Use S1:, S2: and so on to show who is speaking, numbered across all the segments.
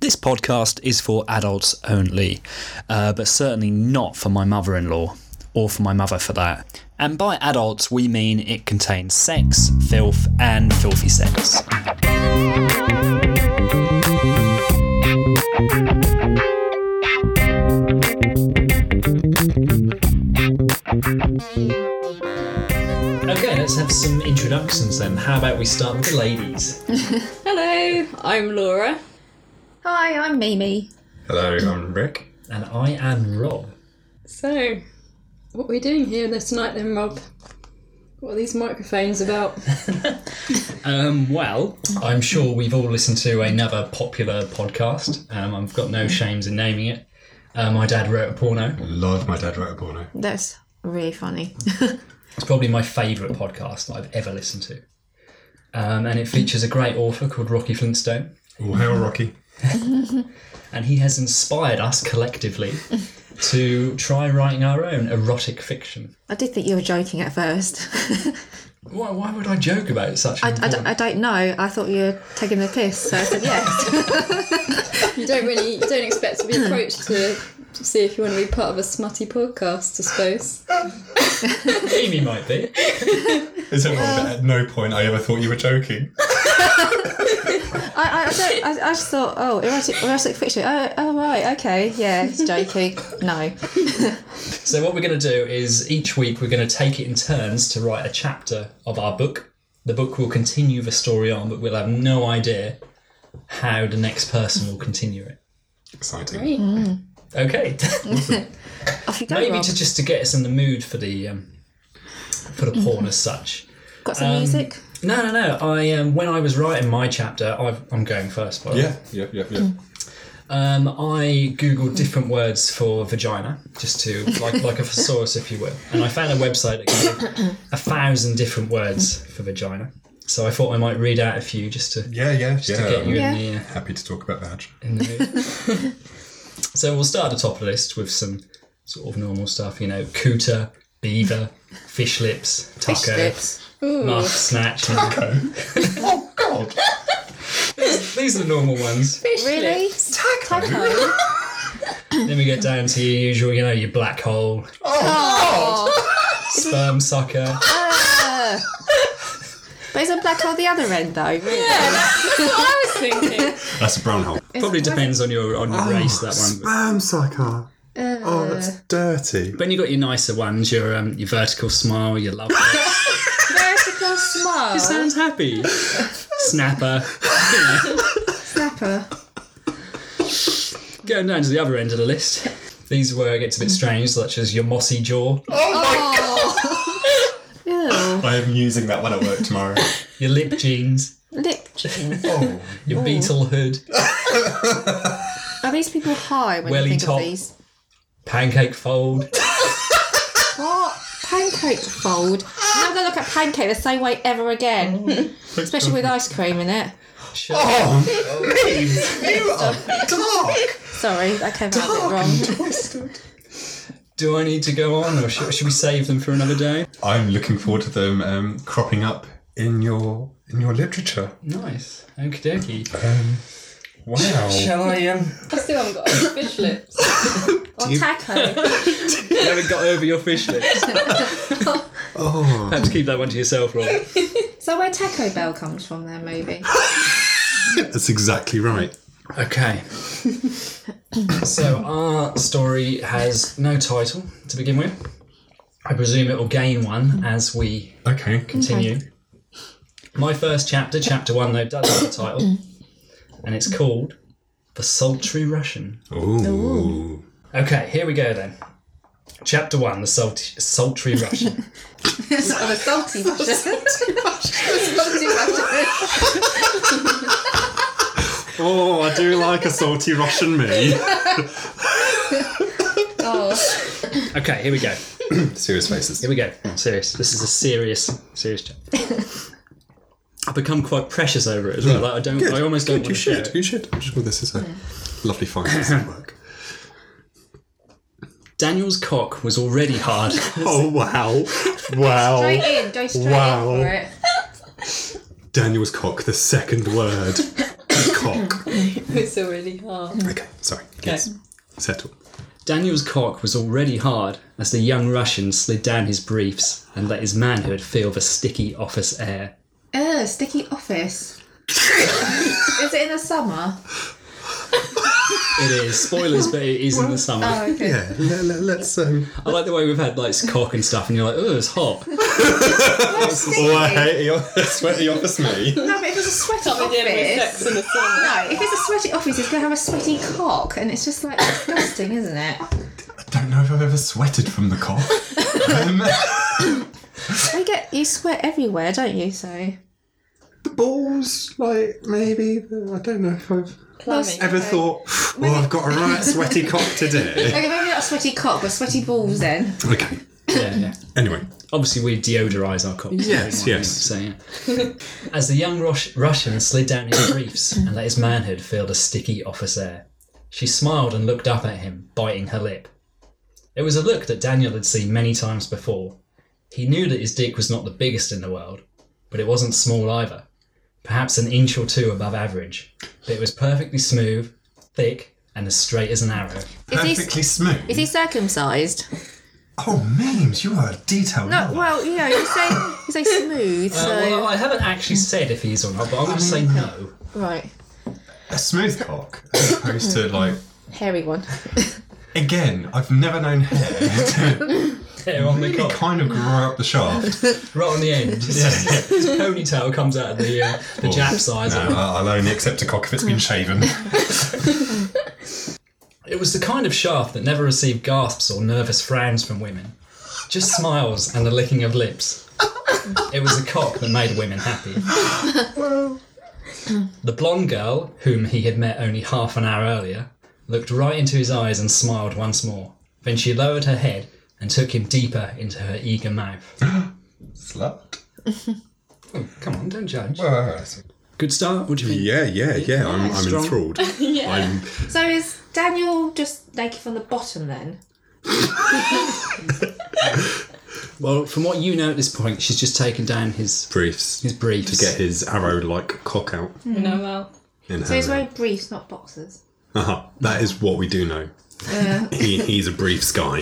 S1: This podcast is for adults only, uh, but certainly not for my mother in law, or for my mother for that. And by adults, we mean it contains sex, filth, and filthy sex. Okay, let's have some introductions then. How about we start with the ladies?
S2: Hello, I'm Laura.
S3: Hi, I'm Mimi.
S4: Hello, I'm Rick.
S1: And I am Rob.
S2: So, what are we doing here this tonight then, Rob? What are these microphones about?
S1: Um, well, I'm sure we've all listened to another popular podcast. Um, I've got no shames in naming it. Uh, my dad wrote a porno.
S4: Love my dad wrote a porno.
S3: That's really funny.
S1: It's probably my favourite podcast that I've ever listened to. Um, and it features a great author called Rocky Flintstone.
S4: All hail Rocky.
S1: And he has inspired us collectively to try writing our own erotic fiction.
S3: I did think you were joking at first.
S1: Why, why would I joke about such
S3: I, I don't- I don't know. I thought you were taking the piss, so I said yes.
S2: You don't really, you don't expect to be approached to, to see if you want to be part of a smutty podcast, I suppose.
S1: Amy might be.
S4: Is it wrong that at no point I ever thought you were joking?
S3: I, I, I, don't, I, I just thought, oh, erotic, erotic fiction. Oh, oh, right, okay, yeah, it's joking. No.
S1: So what we're going to do is each week we're going to take it in turns to write a chapter of our book. The book will continue the story on, but we'll have no idea how the next person will continue it.
S4: Exciting.
S2: Great.
S1: Okay,
S3: Off you go,
S1: maybe
S3: Rob.
S1: to just to get us in the mood for the um, for the porn as such.
S3: Got some music?
S1: No, no, no. I um, when I was writing my chapter, I've, I'm going first. By the way.
S4: Yeah, yeah, yeah, yeah.
S1: Um, I googled different words for vagina, just to like like a thesaurus, if you will, and I found a website that gave a thousand different words for vagina. So I thought I might read out a few just to,
S4: Yeah, yeah,
S1: to get you
S4: yeah.
S3: Yeah.
S1: in the uh,
S4: Happy to talk about that.
S1: in the mood. so we'll start at the top of the list with some sort of normal stuff, you know, cooter, beaver, fish lips,
S3: Fish
S1: taco,
S3: strips.
S2: Ooh,
S1: muff, snatch. you know.
S4: oh God!
S1: These are the normal ones.
S2: fish
S3: Really?
S2: lips.
S3: Taco.
S1: Then we get down to your usual, you know, your black hole, sperm sucker.
S3: Ah. But isn't black hole the other end, though? Really?
S2: That's what I was thinking.
S4: That's a brown hole.
S1: Probably depends on your on your race that one.
S4: Sperm sucker. oh, that's dirty.
S1: Then you got your nicer ones, your um, your vertical smile, your love. it
S3: Vertical smile.
S1: sounds happy. Snapper.
S3: Snapper.
S1: Going down to the other end of the list. These where it gets a bit strange, such as your mossy jaw,
S3: Ew.
S4: I am using that one at work tomorrow.
S1: your lip jeans,
S3: Lip.
S4: oh,
S1: your beetle hood,
S3: Are these people high when
S1: Welly
S3: you think
S1: top.
S3: of these?
S1: pancake fold.
S3: What? Pancake fold. I'm not gonna look at pancake the same way ever again. Especially with ice cream in it.
S4: oh, me! You are dark.
S3: Sorry, that came out a bit wrong.
S1: Do I need to go on, or should, should we save them for another day?
S4: I'm looking forward to them um, cropping up in your in your literature.
S1: Nice. Okie dokie.
S4: Wow.
S1: Shall I? Um,
S2: I still haven't got any fish lips.
S3: Or taco.
S1: you haven't got over your fish lips.
S4: Oh,
S1: Perhaps keep that one to yourself, Rob.
S3: So where Taco Bell comes from there, maybe.
S4: that's exactly right.
S1: Okay. so our story has no title to begin with. I presume it will gain one as we
S4: Okay.
S1: continue. My first chapter, chapter one, though, does have a title, and it's called "The Sultry Russian."
S4: Ooh.
S1: Okay, here we go then. Chapter one: The Salt- Sultry Russian.
S3: Or a salty version. Salty version.
S4: Oh, I do like a salty Russian me.
S3: Oh,
S1: okay, here we go.
S4: Serious faces.
S1: Here we go. Serious. This is a serious, serious chapter. I've become quite precious over it as well. Like I don't. I almost don't. want to
S4: You
S1: share
S4: should.
S1: it.
S4: You should. I'm sure this is a lovely finance at work.
S1: Daniel's cock was already hard.
S4: Oh wow, wow!
S3: straight in, go straight
S4: Wow.
S3: in for it.
S4: Daniel's cock. The second word, cock.
S2: It's all really hard.
S4: Okay, sorry. Yes. Settle.
S1: Daniel's cock was already hard as the young Russian slid down his briefs and let his manhood feel the sticky office air.
S5: Ugh, sticky office. Is it in the summer?
S1: It is spoilers, but it is in the summer.
S5: Oh, okay.
S4: Yeah, let, us um.
S1: I like the way we've had like cock and stuff, and you're like, oh, it's hot.
S4: Oh, I hate the sweaty office me.
S5: No, but if it's a sweaty
S2: Something in with
S5: office.
S2: sex in the sun.
S5: No, if it's a sweaty office, it's going to have a sweaty cock, and it's just like disgusting, isn't it?
S4: I don't know if I've ever sweated from the cock. um,
S3: I get you sweat everywhere, don't you? So
S4: the balls, like maybe. I don't know if I've
S2: Plumbing.
S4: ever thought. Well, I've got a right sweaty cock today.
S5: Okay, maybe not a sweaty cock, but sweaty balls then.
S4: Okay.
S1: yeah, yeah.
S4: Anyway,
S1: Obviously, we deodorise our cocks.
S4: Yes,
S1: Yeah,
S4: yes.
S1: So, yeah. As the young Rush- Russian slid down his briefs and let his manhood feel the sticky office air, she smiled and looked up at him, biting her lip. It was a look that Daniel had seen many times before. He knew that his dick was not the biggest in the world, but it wasn't small either. Perhaps an inch or two above average. But it was perfectly smooth, thick, and as straight as an arrow.
S3: is he
S4: perfectly smooth.
S3: is he circumcised?
S4: Oh, memes, you are a detailed.
S3: No,
S5: Uh,
S4: liar.
S3: well, you know, you say you say smooth,
S1: Uh, well,
S3: so
S1: I haven't actually said if he's or not, but I'm going to say no.
S3: right,
S4: a smooth cock as opposed to like.
S3: hairy one.
S4: Again, I've never known hair to
S1: Hair on the
S4: really
S1: cock.
S4: kind of grow up the shaft.
S1: right on the end. His ponytail comes out of the uh, the
S4: Or-
S1: Jap size.
S4: No, I'll I'll only accept a cock if it's been shaven.
S1: It was the kind of shaft that never received gasps or nervous frowns from women, just smiles and the licking of lips. It was a cock that made women happy. The blonde girl, whom he had met only half an hour earlier, looked right into his eyes and smiled once more. Then she lowered her head and took him deeper into her eager mouth.
S4: Slut.
S1: Oh, come on, don't judge.
S4: Well,
S1: Good start. What do you think?
S4: yeah, yeah, yeah. I'm, I'm
S1: Strong.
S4: enthralled. I'm,
S3: So is Daniel just naked from the bottom then?
S1: Well, from what you know at this point, she's just taken down his
S4: briefs
S1: his briefs.
S4: to get his arrow-like cock out
S2: No, well.
S4: in
S3: Hmm. So he's
S4: her.
S3: wearing briefs, not boxers. Uh.
S4: Uh-huh. That is what we do know. he, he's a briefs guy.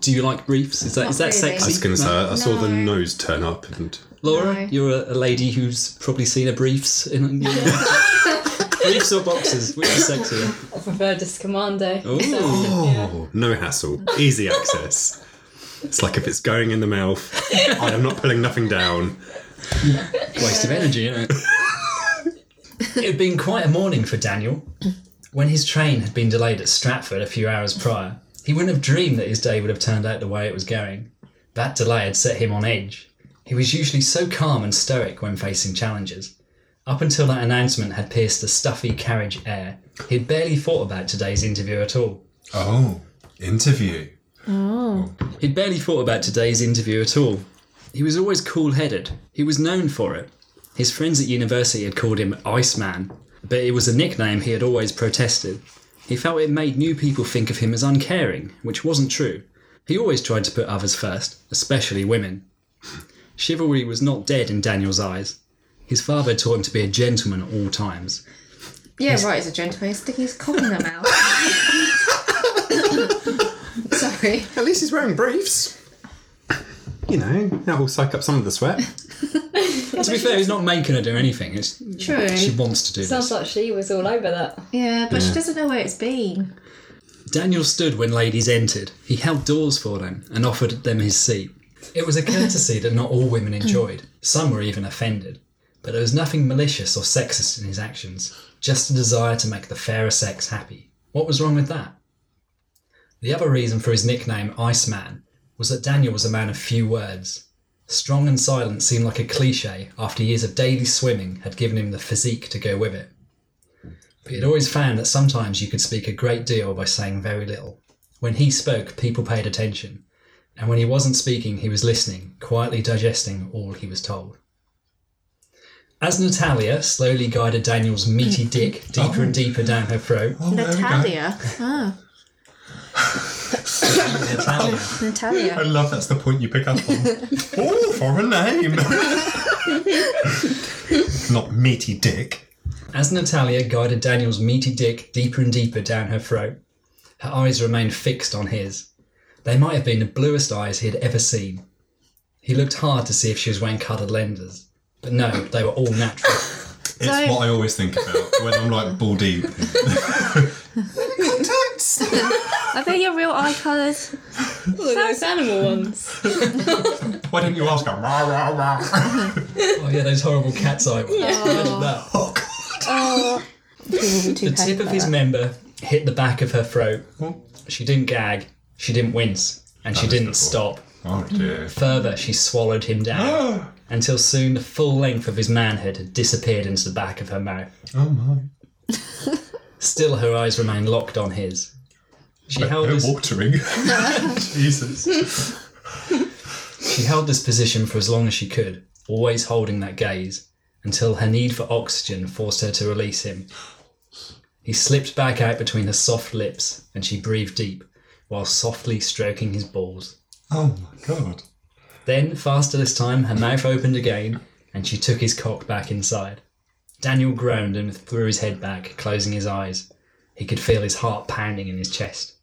S1: Do you like briefs? Is that is that
S3: really.
S1: sexy?
S4: I was going to say, I saw the
S3: No.
S4: nose turn up, and
S1: Laura,
S3: No.
S1: you're a, a lady who's probably seen a briefs in briefs or boxes. Which is sexier?
S2: I prefer Discommando.
S1: Ooh.
S4: oh, no hassle, easy access. It's like if it's going in the mouth, I am not pulling nothing down.
S1: Waste of energy, isn't it? it had been quite a morning for Daniel. When his train had been delayed at Stratford a few hours prior, he wouldn't have dreamed that his day would have turned out the way it was going. That delay had set him on edge. He was usually so calm and stoic when facing challenges. Up until that announcement had pierced the stuffy carriage air, he had barely thought about today's interview at all.
S4: Oh, interview.
S1: He'd barely thought about today's interview at all. He was always cool headed. He was known for it. His friends at university had called him Iceman, but it was a nickname he had always protested. He felt it made new people think of him as uncaring, which wasn't true. He always tried to put others first, especially women. Chivalry was not dead in Daniel's eyes. His father had taught him to be a gentleman at all times.
S5: Yeah, right, it's a gentleman. Sticking his cock in the mouth. Sorry.
S4: At least he's wearing briefs. You know, that will soak up some of the sweat.
S1: to be fair, he's not making her do anything. It's,
S5: True.
S1: she wants to do this.
S2: Sounds like she was all over that.
S5: Yeah, but she doesn't know where it's been.
S1: Daniel stood when ladies entered. He held doors for them and offered them his seat. It was a courtesy that not all women enjoyed. Some were even offended. But there was nothing malicious or sexist in his actions, just a desire to make the fairer sex happy. What was wrong with that? The other reason for his nickname, Iceman, was that Daniel was a man of few words. Strong and silent seemed like a cliche after years of daily swimming had given him the physique to go with it. But he'd always found that sometimes you could speak a great deal by saying very little. When he spoke, people paid attention, and when he wasn't speaking, he was listening, quietly digesting all he was told. As Natalia slowly guided Daniel's meaty dick deeper and deeper down her throat,
S4: Oh,
S3: Natalia. Ah,
S1: Natalia
S4: I
S3: Natalia.
S4: love that's the point you pick up on. oh, for a name. Not meaty dick.
S1: As Natalia guided Daniel's meaty dick deeper and deeper down her throat, her eyes remained fixed on his. They might have been the bluest eyes he had ever seen. He looked hard to see if she was wearing colored lenses, but no, they were all natural.
S4: It's what I always think about when I'm like ball deep. Contacts.
S5: Are they your real eye colours?
S2: All of those animal ones.
S4: Why didn't you ask her? Rah, rah, rah.
S1: oh yeah, those horrible cat's eye ones. Imagine that.
S4: Oh, God.
S5: Oh.
S1: The tip of his member hit the back of her throat. She didn't gag, she didn't wince, and she
S4: was
S1: didn't
S4: before.
S1: stop.
S4: Oh, dear.
S1: Further, she swallowed him down until soon the full length of his manhood had disappeared into the back of her mouth.
S4: Oh, my.
S1: Still, her eyes remained locked on his. She held,
S4: No
S1: this,
S4: watering. Jesus.
S1: she held this position for as long as she could, always holding that gaze, until her need for oxygen forced her to release him. He slipped back out between her soft lips, and she breathed deep, while softly stroking his balls.
S4: Oh, my God.
S1: Then, faster this time, her mouth opened again, and she took his cock back inside. Daniel groaned and threw his head back, closing his eyes. He could feel his heart pounding in his chest.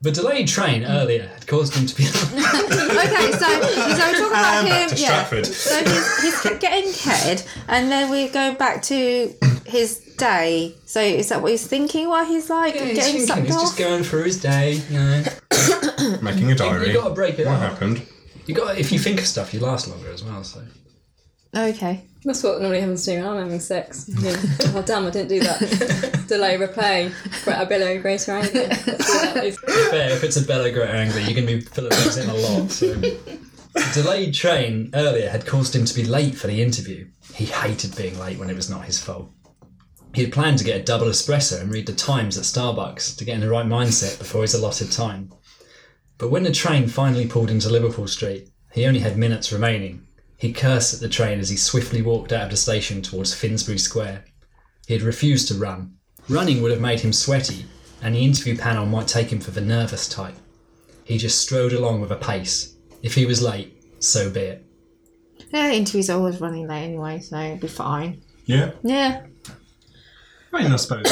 S1: The delayed train earlier had caused him to be.
S5: Okay, so, so we're talking
S1: Um,
S5: about
S4: And
S5: him.
S4: back to
S5: yeah.
S4: Stratford.
S5: So he's, he's getting catted, and then we go back to his day. So is that what he's thinking while he's like
S1: Yeah, he's
S5: getting
S1: thinking,
S5: sucked
S1: he's
S5: off?
S1: just going through his day, you know.
S4: Making a diary.
S1: You gotta break it
S4: what
S1: up.
S4: happened?
S1: You got if you think of stuff, you last longer as well. So
S5: Okay.
S2: That's what normally happens to me when I'm having sex. Yeah. oh damn, I didn't do that. Delay, replay, greater billow, greater anger. Let's do that, please.
S1: fair if it's a bellow greater angler, you're gonna be filling those in a lot. So. The delayed train earlier had caused him to be late for the interview. He hated being late when it was not his fault. He had planned to get a double espresso and read the times at Starbucks to get in the right mindset before his allotted time. But when the train finally pulled into Liverpool Street, he only had minutes remaining. He cursed at the train as he swiftly walked out of the station towards Finsbury Square. He had refused to run. Running would have made him sweaty, and the interview panel might take him for the nervous type. He just strode along with a pace. If he was late, so be it.
S5: Yeah, interviews are always running late anyway, so it'll be fine.
S4: Yeah.
S5: Yeah.
S4: I mean, I suppose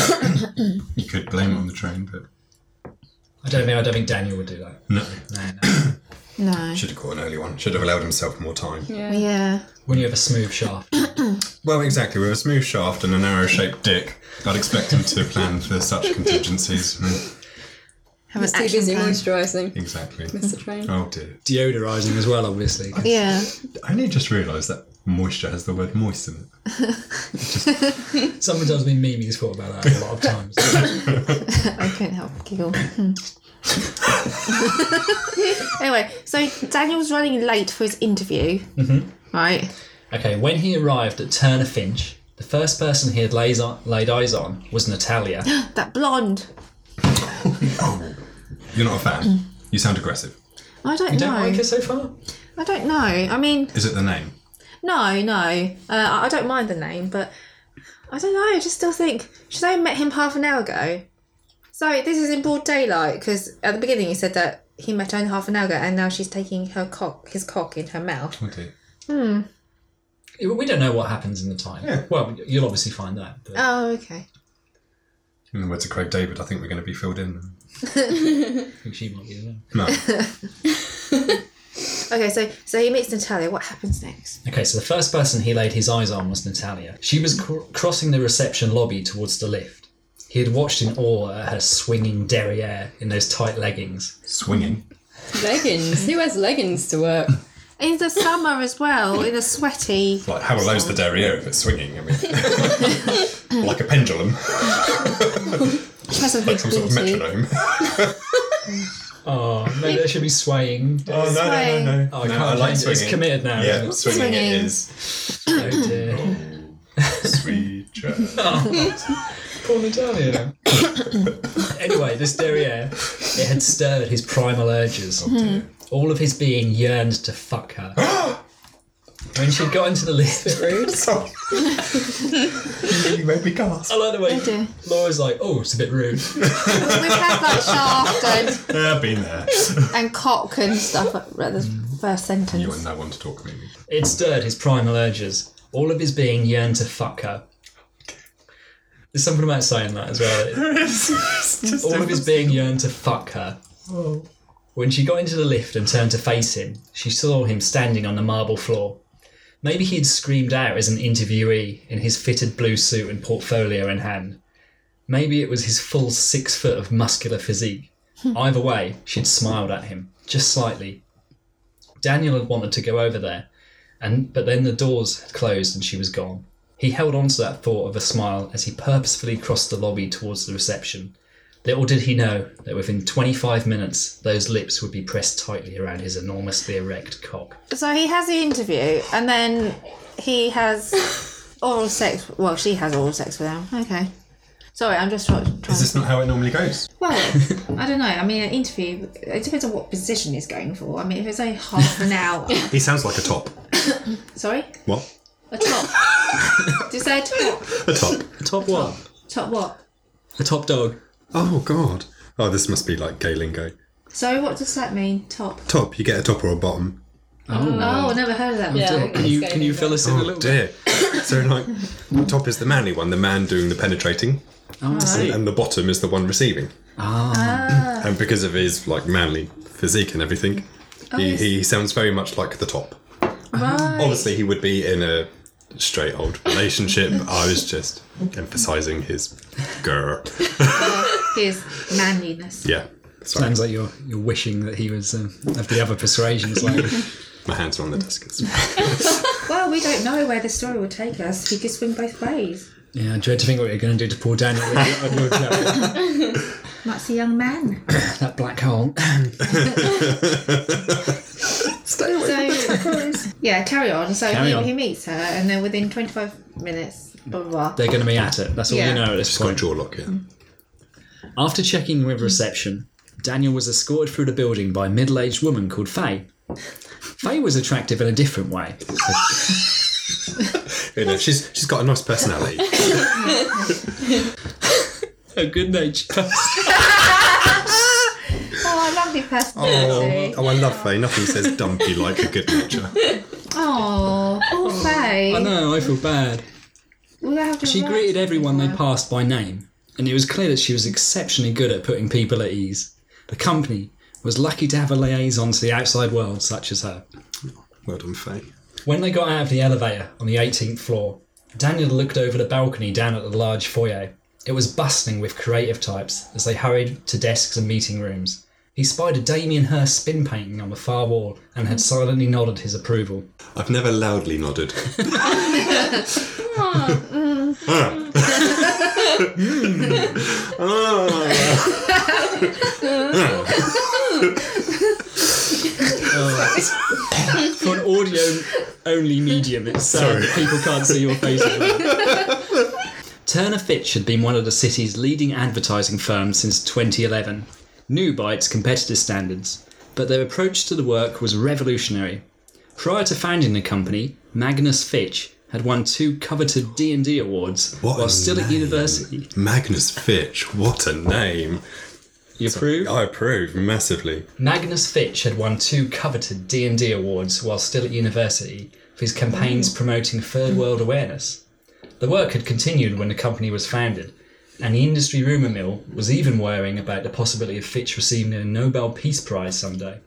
S4: you could blame it on the train, but
S1: I don't think I don't think Daniel would do that.
S4: no.
S1: No, no.
S5: No.
S6: Should have caught an early one. Should have allowed himself more time.
S5: Yeah.
S1: when you have a smooth shaft.
S6: Well, exactly.
S4: With a smooth shaft and an arrow shaped dick, I'd expect him to plan for such contingencies. Mm,
S5: Have an
S2: He's too busy moisturising.
S4: exactly.
S2: It's the train.
S4: Oh dear.
S1: Deodorizing as well, obviously.
S5: Yeah.
S4: I only just realised that moisture has the word moist in it.
S1: Someone tells me Mimi's thought about that a lot of times.
S5: I couldn't help but giggle. Hmm. anyway, so Daniel's running late for his interview. Mm-hmm. Right.
S1: okay, when he arrived at Turner Finch, the first person he had lays on, laid eyes on was Natalia.
S5: That blonde.
S4: You're not a fan. You sound aggressive.
S5: I don't
S1: You don't
S5: know.
S1: like her so far?
S5: I don't know. I mean,
S4: Is it the name?
S5: no, no. Uh, I I don't mind the name, but I don't know. I just still think should I have met him half an hour ago? So this is in broad daylight because at the beginning you said that he met her half an hour ago, and now she's taking her cock, his cock, in her mouth.
S4: Oh dear.
S1: We don't know what happens in the time. Well, you'll obviously find out. But
S5: Oh, okay.
S4: In the words of Craig David, I think we're going to be filled in.
S1: I think she might be as well.
S4: No.
S5: Okay, so so he meets Natalia. What happens next?
S1: Okay, so the first person he laid his eyes on was Natalia. She was cr- crossing the reception lobby towards the lift. He had watched in awe at her swinging derriere in those tight leggings.
S4: Swinging.
S2: Leggings. Who wears leggings to work?
S5: In the summer as well, in a sweaty.
S6: Like, how low's the derriere if it's swinging? I mean, like a pendulum,
S5: She has something
S6: like some sort of
S5: booty.
S6: metronome.
S1: Oh, maybe they should be swaying. Oh,
S6: Oh, no, no, no, no.
S1: I
S6: no,
S1: can't
S6: I like
S1: change it.
S6: swinging.
S1: It's committed now.
S6: Yeah,
S1: isn't it?
S6: swinging, it
S5: Swinging.
S6: is.
S1: Oh, dear.
S6: Sweet child.
S1: Poor Natalia. anyway, this derriere, it had stirred his primal urges. All of his being yearned to fuck her. when she got into the lift,
S6: Sorry. you made me gasp.
S1: I like the way
S5: dear.
S1: Laura's like, "Oh, it's a bit rude."
S5: We've had like shaft and,
S6: Yeah, I've been there.
S5: and cock and stuff at the first sentence.
S4: You are no one to talk to me.
S1: It stirred his primal urges. All of his being yearned to fuck her, There's something about saying that as well.
S4: It's just
S1: All of his being yearned to fuck her. When she got into the lift and turned to face him, she saw him standing on the marble floor. Maybe he had screamed out as an interviewee in his fitted blue suit and portfolio in hand. Maybe it was his full six foot of muscular physique. Either way, she'd smiled at him, just slightly. Daniel had wanted to go over there, and but then the doors had closed and she was gone. He held on to that thought of a smile as he purposefully crossed the lobby towards the reception. Little did he know that within 25 minutes, those lips would be pressed tightly around his enormously erect cock.
S3: So he has the interview, and then he has oral sex. Well, she has oral sex with him. Okay. Sorry, I'm just try- trying.
S7: Is this not how it normally goes?
S5: Well, I don't know. I mean, an interview, it depends on what position he's going for. I mean, if it's only half an hour.
S4: He sounds like a top.
S5: Sorry?
S4: What?
S5: A top. Did you say a top?
S4: A top.
S1: Top what?
S5: Top what?
S1: A top dog.
S4: Oh God. Oh, this must be like gay lingo.
S5: Sorry, what does that mean? Top.
S4: Top. You get a top or a bottom.
S5: Oh, never heard of that one.
S2: Yeah.
S1: Can you, can you fill us in a
S4: Oh
S1: little bit?
S4: dear. so like, top is the manly one, the man doing the penetrating,
S1: Oh, I see.
S4: and the bottom is the one receiving. Ah. And because of his like manly physique and everything,
S1: Oh,
S4: he, he sounds very much like the top. Obviously, he would be in a straight old relationship. I was just emphasising his grr.
S5: His manliness.
S4: Yeah. Sorry,
S1: Sounds like you're you're wishing that he was um, of the other persuasions. Like,
S4: my hands are on the desk. It's-
S5: Well, we don't know where the story will take us. He could swing both ways.
S1: yeah, I dread to think what you're going to do to poor Daniel. with your- with your-
S5: That's a young man.
S1: that black hole.
S5: So, yeah, carry on. So
S1: Carry
S5: he,
S1: on.
S5: he meets her, and then within 25 minutes, blah, blah, blah.
S1: They're going to be at it. That's all you
S5: Yeah.
S1: know at this
S4: Just got a
S1: point.
S4: jaw lock. Yeah.
S1: After checking with reception, Daniel was escorted through the building by a middle-aged woman called Faye. Faye was attractive in a different way.
S4: You know, she's she's got a nice personality.
S1: A good-natured person.
S5: Oh, a lovely personality.
S4: Oh, I love Faye. Nothing says dumpy like a good nature.
S5: Oh, poor
S1: I
S5: Faye.
S1: know. I feel bad.
S5: We'll have to
S1: She
S5: write
S1: greeted everyone they passed by name, and it was clear that she was exceptionally good at putting people at ease. The company was lucky to have a liaison to the outside world such as her.
S4: Well done, Faye.
S1: When they got out of the elevator on the 18th floor, Daniel looked over the balcony down at the large foyer. It was bustling with creative types as they hurried to desks and meeting rooms. He spied a Damien Hirst spin painting on the far wall and had silently nodded his approval.
S4: I've never loudly nodded.
S1: For an audio only medium, it's sad that people can't see your face. Turner Fitch had been one of the city's leading advertising firms since 2011, new by its competitive standards, but their approach to the work was revolutionary. Prior to founding the company, Magnus Fitch had won two coveted D&D awards
S4: What
S1: while
S4: a
S1: still at
S4: name.
S1: university.
S4: Magnus Fitch, what a name.
S1: You approve?
S4: I approve massively.
S1: Magnus Fitch had won two coveted D&D awards while still at university for his campaigns promoting third world awareness. The work had continued when the company was founded, and the industry rumour mill was even worrying about the possibility of Fitch receiving a Nobel Peace Prize someday.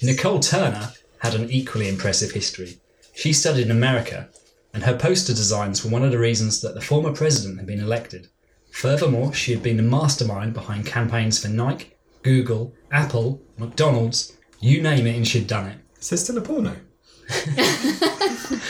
S1: Nicole Turner had an equally impressive history. She studied in America, and her poster designs were one of the reasons that the former president had been elected. Furthermore, she had been the mastermind behind campaigns for Nike, Google, Apple, McDonald's, you name it, and she'd done it.
S7: Is there still a porno?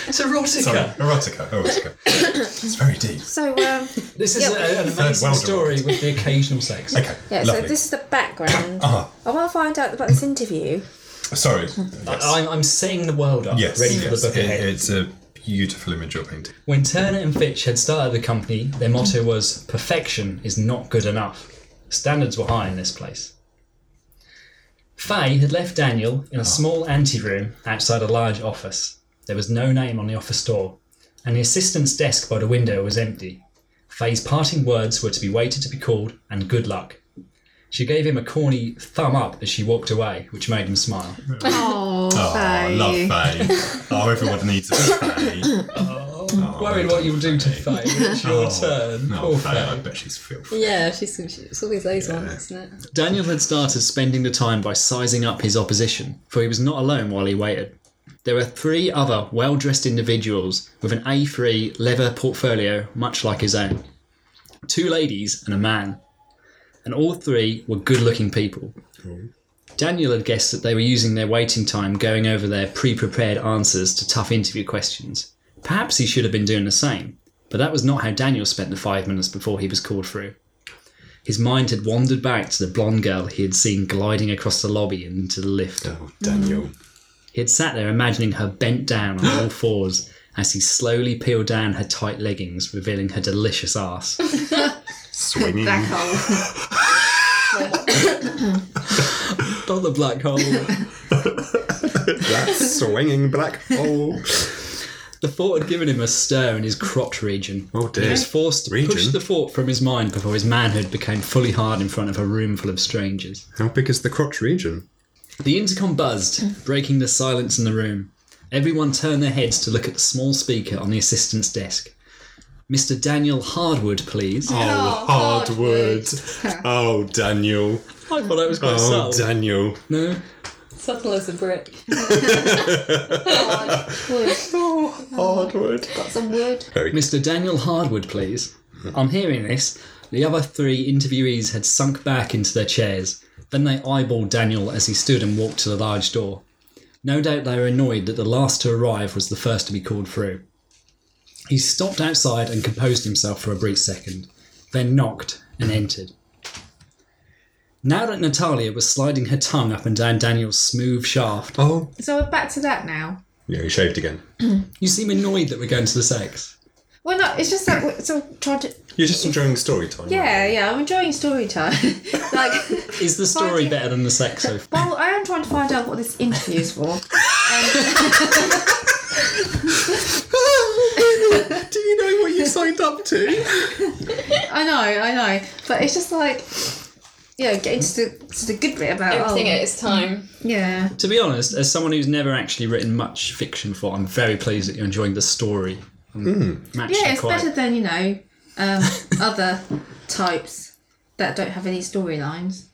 S1: It's erotica.
S7: Sorry, erotica. Erotica. it's very deep.
S3: So um,
S1: This is
S3: Yeah.
S1: a, an amazing
S7: world
S1: story with the occasional sex.
S7: Okay.
S3: yeah, so
S7: lovely.
S3: this is the background.
S1: Oh.
S7: Uh-huh.
S3: I want to find out about this interview.
S7: Sorry. Yes.
S1: I'm, I'm setting the world up,
S7: yes.
S1: ready
S7: yes.
S1: for the book
S7: It-
S1: ahead.
S7: it's a beautiful image you're painting.
S1: When Turner and Fitch had started the company, their motto was perfection is not good enough. Standards were high in this place. Faye had left Daniel in a
S7: Ah.
S1: small anteroom outside a large office. There was no name on the office door, and the assistant's desk by the window was empty. Faye's parting words were to be waited to be called and good luck. She gave him a corny thumb up as she walked away, which made him smile.
S3: Oh,
S7: Oh, I
S3: Faye.
S7: love Faye. Oh, everyone needs a Faye. Oh,
S1: Worried what you'll do to Faye. It's your turn.
S7: No,
S1: Poor
S7: Faye, I
S1: Faye. Mm.
S7: bet she's filthy.
S2: Yeah, she's, she's always those ones, isn't it?
S1: Daniel had started spending the time by sizing up his opposition, for he was not alone while he waited. There were three other well dressed individuals with an A3 leather portfolio, much like his own two ladies and a man. And all three were good looking people. Daniel had guessed that they were using their waiting time going over their pre prepared answers to tough interview questions. Perhaps he should have been doing the same, but that was not how Daniel spent the five minutes before he was called through. His mind had wandered back to the blonde girl he had seen gliding across the lobby and into the lift.
S4: Oh, Daniel.
S1: He had sat there imagining her bent down on all fours as he slowly peeled down her tight leggings, revealing her delicious ass.
S4: Swinging.
S5: Black hole.
S1: Not the black hole.
S4: That swinging black hole.
S1: The thought had given him a stir in his crotch region.
S4: Oh, dear.
S1: He was forced to push
S4: Region?
S1: the thought from his mind before his manhood became fully hard in front of a room full of strangers.
S4: How big is the crotch region?
S1: The intercom buzzed, breaking the silence in the room. Everyone turned their heads to look at the small speaker on the assistant's desk. Mr. Daniel Hardwood, please.
S4: Oh, hardwood. Oh, Daniel.
S1: I thought that was quite
S4: Oh,
S1: subtle.
S4: Daniel.
S1: no?
S2: Subtle as a brick.
S5: Wood.
S4: Hardwood.
S5: Got some wood.
S1: Mr. Daniel Hardwood, please. On hearing this, the other three interviewees had sunk back into their chairs. Then they eyeballed Daniel as he stood and walked to the large door. No doubt they were annoyed that the last to arrive was the first to be called through. He stopped outside and composed himself for a brief second, then knocked and entered. Now that Natalia was sliding her tongue up and down Daniel's smooth shaft,
S4: Oh.
S5: So we're back to that now.
S4: Yeah, he shaved again.
S1: you seem annoyed that we're going to the sex.
S5: Well, no, it's just that we're so trying to.
S4: You're just enjoying story time.
S5: Yeah, yeah, I'm enjoying story time. like.
S1: Is the story
S5: Finding-
S1: better than the sex so far?
S5: Well, I am trying to find out what this interview is for.
S4: Do you know what you signed up to?
S5: I know, I know, but it's just like, yeah, getting to the, to the good bit about
S2: Everything
S5: oh,
S2: at its time.
S5: Yeah,
S1: To be honest, as someone who's never actually written much fiction before, I'm very pleased that you're enjoying the story. Mm.
S5: yeah, it's better than you know um, other types that don't have any storylines.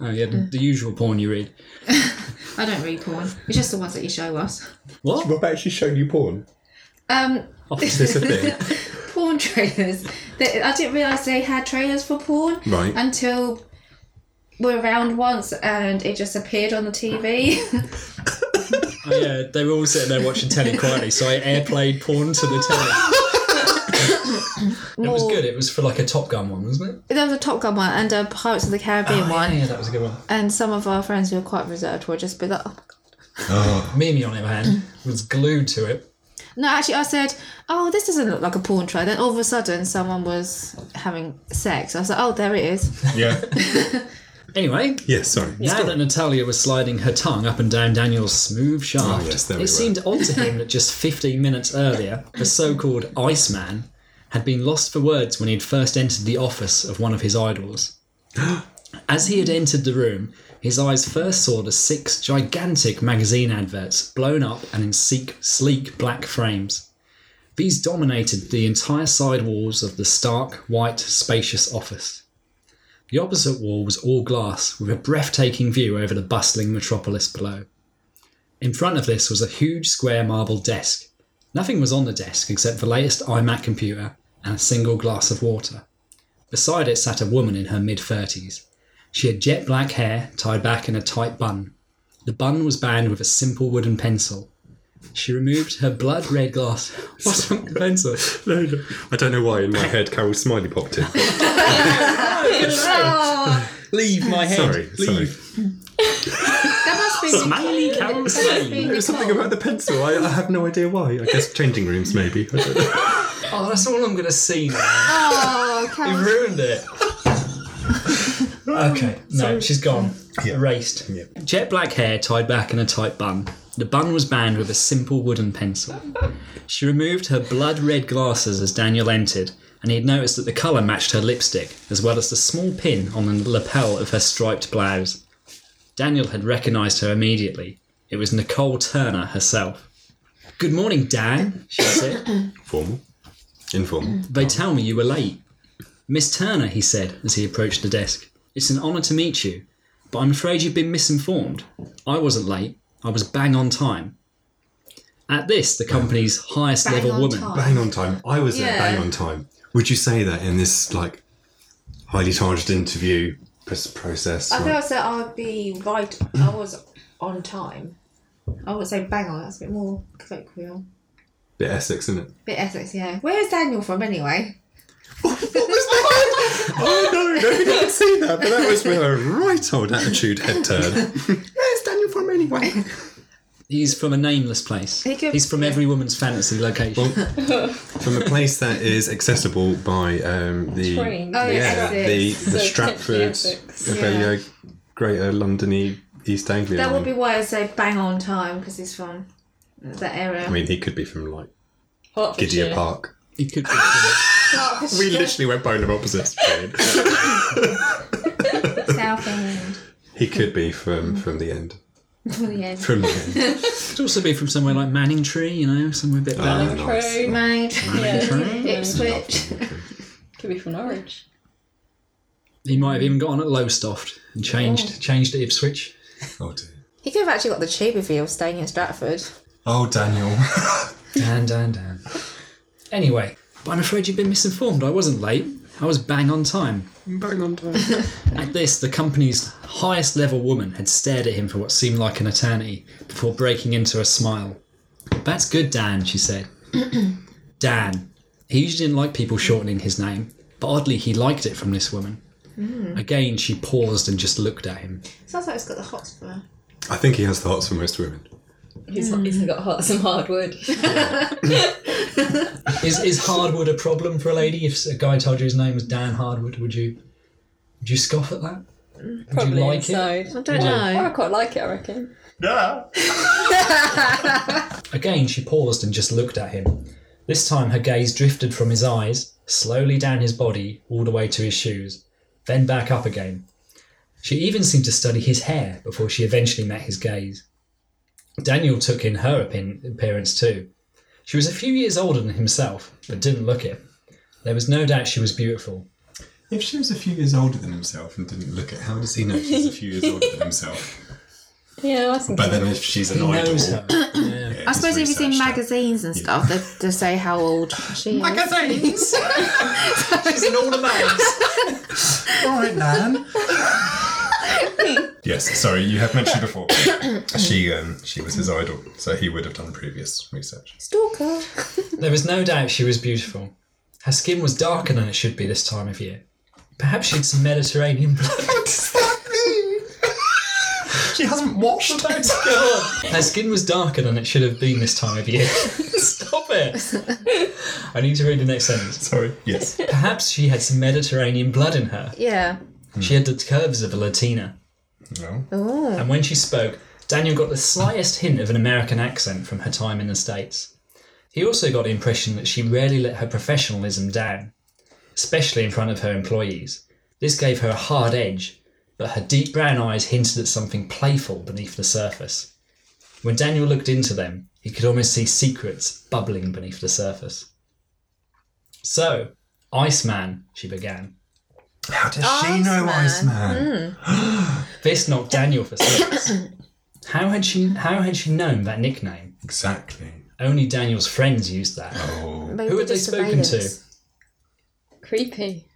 S1: Oh yeah, the, the usual porn you read.
S5: I don't read porn. It's just the ones that you show us.
S1: What?
S4: I've actually shown you porn.
S5: Um,
S4: Is this a thing?
S5: porn trailers. They, I didn't realise they had trailers for porn
S4: Right.
S5: until we were around once and it just appeared on the TV.
S1: Oh, yeah, they were all sitting there watching telly quietly, so I airplayed porn to the telly. it was good. It was for like a Top Gun one, wasn't it?
S5: there was a Top Gun one and a Pirates of the Caribbean
S4: Oh,
S5: one.
S1: yeah, yeah, that was a good one.
S5: and some of our friends who are quite reserved will just be like, oh my god.
S1: Mimi, on the other hand, was glued to it.
S5: No, actually, I said, oh, this doesn't look like a porn trailer. Then all of a sudden, someone was having sex. I was like, oh, there it is.
S7: Yeah.
S1: Anyway,
S4: Yes, sorry.
S1: Now that Natalia was sliding her tongue up and down Daniel's smooth shaft,
S4: Oh, yes, there
S1: it
S4: we were.
S1: seemed odd to him that just 15 minutes earlier, the so called Iceman had been lost for words when he had first entered the office of one of his idols. As he had entered the room, his eyes first saw the six gigantic magazine adverts blown up and in sleek, sleek black frames. These dominated the entire side walls of the stark, white, spacious office. The opposite wall was all glass, with a breathtaking view over the bustling metropolis below. In front of this was a huge square marble desk. Nothing was on the desk except the latest iMac computer and a single glass of water. Beside it sat a woman in her mid 30s. She had jet black hair tied back in a tight bun. The bun was bound with a simple wooden pencil. She removed her blood red glass. What's wrong with the pencil?
S4: No, no. I don't know why in my head Carol Smiley popped in.
S5: Oh,
S1: Leave my head.
S4: Sorry, sorry.
S1: Leave.
S5: That must be
S1: Smiley Carol Smiley.
S4: There's something about the pencil. I, I have no idea why. I guess changing rooms, maybe. I don't know.
S1: Oh, that's all I'm gonna see now. You ruined it. okay, no, she's gone. Erased. Jet black hair tied back in a tight bun. The bun was bound with a simple wooden pencil. She removed her blood red glasses as Daniel entered and he'd noticed that the colour matched her lipstick, as well as the small pin on the lapel of her striped blouse. Daniel had recognised her immediately. It was Nicole Turner herself. Good morning, Dan, she said.
S4: Formal? Informal?
S1: They tell me you were late. Miss Turner, he said as he approached the desk, it's an honour to meet you, but I'm afraid you've been misinformed. I wasn't late, I was bang on time. At this, the company's highest level
S5: on
S1: woman.
S5: time.
S4: Bang on time. I was there
S5: Yeah.
S4: bang on time. Would you say that in this, like, highly targeted interview pr- process?
S5: I
S4: like-
S5: thought I said I'd be right. I was on time. I wouldn't say bang on. That's a bit more colloquial.
S4: bit Essex, isn't it?
S5: Bit Essex, yeah. Where is Daniel from anyway?
S4: Oh no, no, you didn't see that, but that was with a right old attitude head turn. Where's Daniel from anyway?
S1: He's from a nameless place.
S5: He could-
S1: He's from every woman's fantasy location.
S4: From a place that is accessible by um, the
S2: Train.
S5: Oh,
S4: yeah, the,
S5: Essex.
S4: the
S2: So
S4: Stratford,
S2: potentially Essex.
S4: Abellio, Greater Londony, East Anglia.
S5: That would
S4: line.
S5: be why I say bang on time because he's from that area.
S4: I mean, he could be from like
S2: Hertfordshire.
S4: Gidea Park.
S1: He could be
S4: We literally went polar opposites. period.
S5: South England.
S4: he could be from from the end.
S5: From the end.
S4: From the end.
S1: could also be from somewhere like Manningtree, you know, somewhere a bit better.
S4: Ah, nice.
S2: True.
S5: Ah.
S1: Manningtree.
S5: Ipswich.
S2: Could be from Norwich.
S1: He might have even got on at Lowestoft and changed
S5: Oh.
S1: changed to Ipswich.
S7: Oh dear.
S3: He could have actually got the cheap if he was staying in Stratford.
S7: Oh Daniel.
S1: Dan, dan, dan. Anyway, but I'm afraid you've been misinformed. I wasn't late. I was bang on time.
S4: Bang on time.
S1: At this, the company's highest level woman had stared at him for what seemed like an eternity before breaking into a smile. That's good, Dan, she said. Dan. He usually didn't like people shortening his name, but oddly, he liked it from this woman.
S4: Mm.
S1: Again, she paused and just looked at him.
S5: Sounds like it's got the hotspur.
S4: I think he has the hearts for most women.
S2: He's, he's got hot, some hardwood.
S1: Is, is Hardwood a problem for a lady? If a guy told you his name was Dan Hardwood, would you would you scoff at that? Would you
S2: Probably
S1: like it?
S2: inside.
S3: I don't
S2: Oh, I
S3: know.
S2: quite like it, I reckon.
S7: yeah.
S1: Again, she paused and just looked at him. This time, her gaze drifted from his eyes, slowly down his body, all the way to his shoes, then back up again. She even seemed to study his hair before she eventually met his gaze. Daniel took in her appean- appearance too. She was a few years older than himself, but didn't look it. There was no doubt she was beautiful.
S7: If she was a few years older than himself and didn't look at how does he know she's a few years older than himself?
S2: Yeah, I think
S7: But then if she's an
S1: He
S7: idol.
S1: knows her. Yeah.
S7: yeah,
S3: I
S7: he's
S3: suppose if you see
S7: researched that.
S3: magazines and stuff, they, they say how old she is.
S7: Magazines!
S1: She's an older man.
S7: Alright, Nan. yes, sorry, you have mentioned before. she um, she was his idol, so he would have done previous research.
S3: Stalker.
S1: There was no doubt she was beautiful. Her skin was darker than it should be this time of year. Perhaps she had some Mediterranean blood.
S7: What does that mean? she hasn't washed it.
S1: Her skin was darker than it should have been this time of year. Stop it! I need to read the next sentence.
S7: Sorry. Yes.
S1: Perhaps she had some Mediterranean blood in her.
S3: Yeah.
S1: She had the curves of a Latina.
S7: No.
S1: And when she spoke, Daniel got the slightest hint of an American accent from her time in the States. He also got the impression that she rarely let her professionalism down, especially in front of her employees. This gave her a hard edge, but her deep brown eyes hinted at something playful beneath the surface. When Daniel looked into them, he could almost see secrets bubbling beneath the surface. So, Iceman, she began.
S7: How does she know Iceman?
S1: This knocked Daniel for six. how had she how had she known that nickname?
S7: Exactly.
S1: Only Daniel's friends used that.
S7: Oh.
S3: Maybe
S1: Who had they
S3: just
S1: spoken to?
S3: surveillance.
S2: creepy.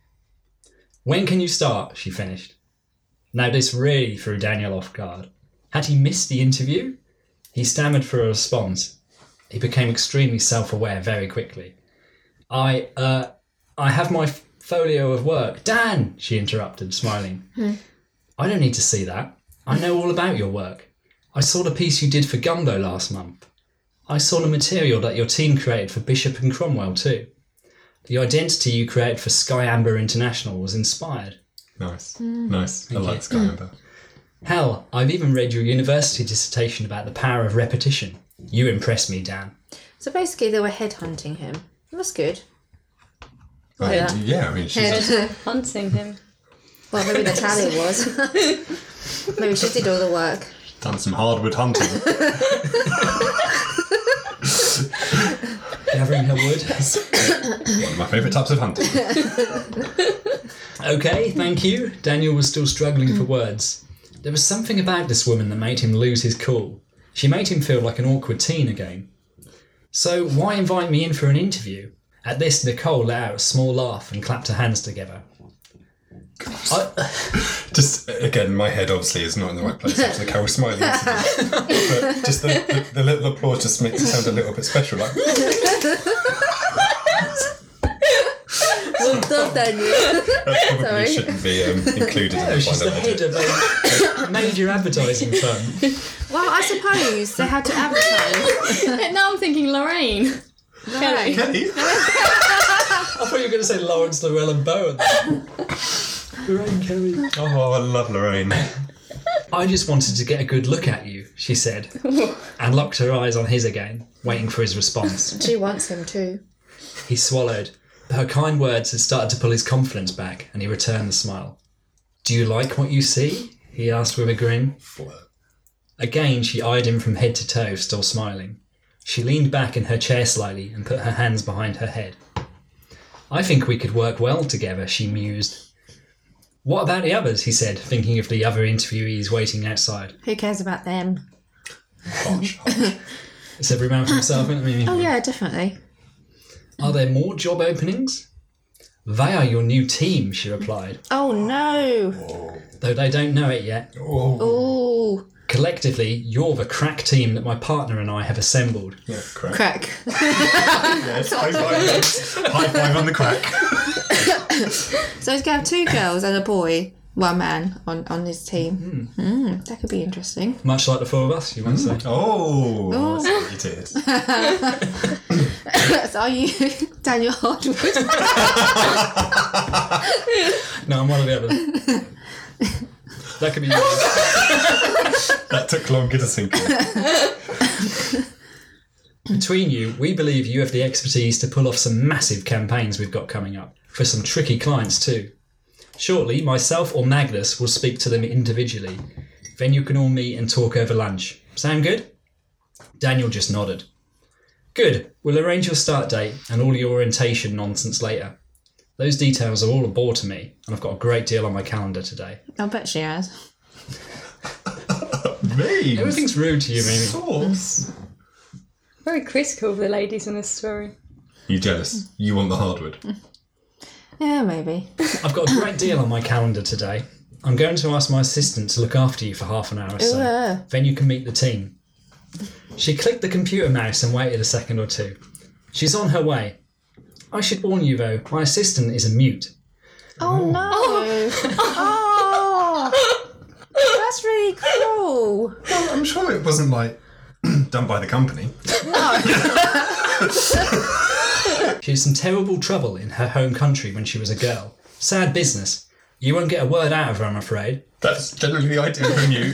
S1: When can you start? She finished. Now, this really threw Daniel off guard. Had he missed the interview? He stammered for a response. He became extremely self aware very quickly. I, uh, I have my f- folio of work. Dan, she interrupted, smiling. I don't need to see that. I know all about your work. I saw the piece you did for Gumbo last month. I saw the material that your team created for Bishop and Cromwell, too. The identity you created for Sky Amber International was inspired.
S7: Nice. Nice. I like Skylander.
S1: Hell, I've even read your university dissertation about the power of repetition. You impress me, Dan.
S3: So basically, they were headhunting him. That's good.
S4: But yeah, I mean, she's
S2: Hunting him.
S8: Well, maybe Natalia was. maybe she did all the work.
S4: done some hardwood hunting.
S1: gathering her wood.
S4: One of my favourite types of hunting.
S1: Okay, thank you. Daniel was still struggling for words. There was something about this woman that made him lose his cool. She made him feel like an awkward teen again. So, why invite me in for an interview? At this, Nicole let out a small laugh and clapped her hands together. I,
S4: Just again, my head obviously is not in the right place after the Carol smiling. incident. but just the, the, the little applause just makes it sound a little bit special. Like,
S8: Well done, Daniel.
S4: that probably shouldn't be um, included in
S1: no,
S4: the
S1: oh, she's
S4: final
S1: the head
S4: edit.
S1: of a major advertising firm.
S5: Well, I suppose they had to advertise.
S2: now I'm thinking Lorraine. Kelly.
S1: I thought you were going to say Lawrence Llewellyn Bowen. Lorraine Kelly.
S4: Oh, I love Lorraine.
S1: I just wanted to get a good look at you, she said, and locked her eyes on his again, waiting for his response.
S8: She wants him too.
S1: He swallowed, but her kind words had started to pull his confidence back, and he returned the smile. Do you like what you see? he asked with a grin. Again, she eyed him from head to toe, still smiling. She leaned back in her chair slightly and put her hands behind her head. I think we could work well together, she mused. What about the others? he said, thinking of the other interviewees waiting outside.
S5: Who cares about them?
S4: Gosh,
S1: It's every man for himself, isn't it? I mean,
S5: Oh yeah, definitely.
S1: Are there more job openings? They are your new team, she replied,
S5: Oh no.
S1: though they don't know it yet.
S4: Oh,
S5: Ooh,
S1: Collectively, you're the crack team that my partner and I have assembled.
S4: yeah, crack.
S5: crack.
S4: Yes, high five. high five on the crack.
S5: So he's gonna have two girls and a boy, one man on on his
S1: Hmm.
S5: team. Mm, that could be interesting.
S1: Much like the four of us, you might say.
S4: Oh, that's what you did.
S5: So are you Daniel Hardwood?
S1: No, I'm one of the others. that could be yours.
S4: That took longer to sink in.
S1: Between you, we believe you have the expertise to pull off some massive campaigns we've got coming up, for some tricky clients too. Shortly, myself or Magnus will speak to them individually. Then you can all meet and talk over lunch. Sound good? Daniel just nodded. Good, we'll arrange your start date and all your orientation nonsense later. Those details are all a bore to me, and I've got a great deal on my calendar today.
S5: I bet she has.
S4: Me.
S1: Everything's rude to you, Mimi.
S4: Sauce.
S2: Very critical of the ladies in this story.
S4: You jealous? You want the hardwood?
S5: Yeah, maybe.
S1: I've got a great deal on my calendar today. I'm going to ask my assistant to look after you for half an hour or so.
S5: Yeah.
S1: Then you can meet the team. She clicked the computer mouse and waited a second or two. She's on her way. I should warn you though, my assistant is a mute.
S5: Oh no. Oh. That's really cruel.
S4: Well, I'm sure it wasn't like done by the company.
S1: She had some terrible trouble in her home country when she was a girl. Sad business. You won't get a word out of her, I'm afraid.
S4: That's generally the idea from you.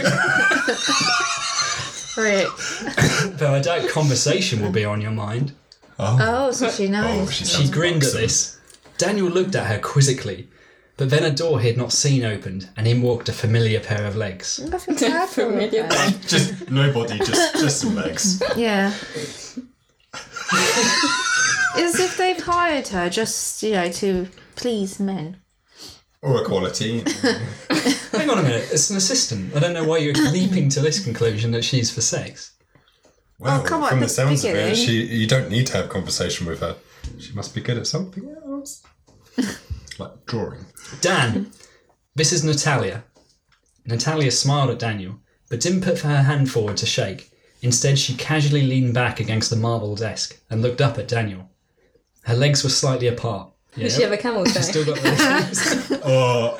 S8: Rick.
S1: Though I doubt conversation will be on your mind.
S8: Oh, so she knows.
S4: she,
S1: She
S4: sounds
S1: grinned
S4: buxom.
S1: at this. Daniel looked at her quizzically, but then a door he had not seen opened, and in walked a familiar pair of legs.
S5: I feel bad for her.
S2: Familiar.
S4: Just nobody, just just some legs.
S5: Yeah. As if they've hired her just, you know, to please men.
S4: Or equality.
S1: Hang on a minute, it's an assistant. I don't know why you're leaping to this conclusion that she's for sex.
S4: Well,
S5: come on,
S4: from the
S5: the
S4: sounds of
S5: beginning.
S4: it, she you don't need to have conversation with her. She must be good at something else. like drawing.
S1: Dan, this is Natalia. Natalia smiled at Daniel, but didn't put her hand forward to shake. Instead, she casually leaned back against the marble desk and looked up at Daniel. Her legs were slightly apart. Yeah,
S2: Does she have a camel toe?
S1: still got those.
S4: Oh,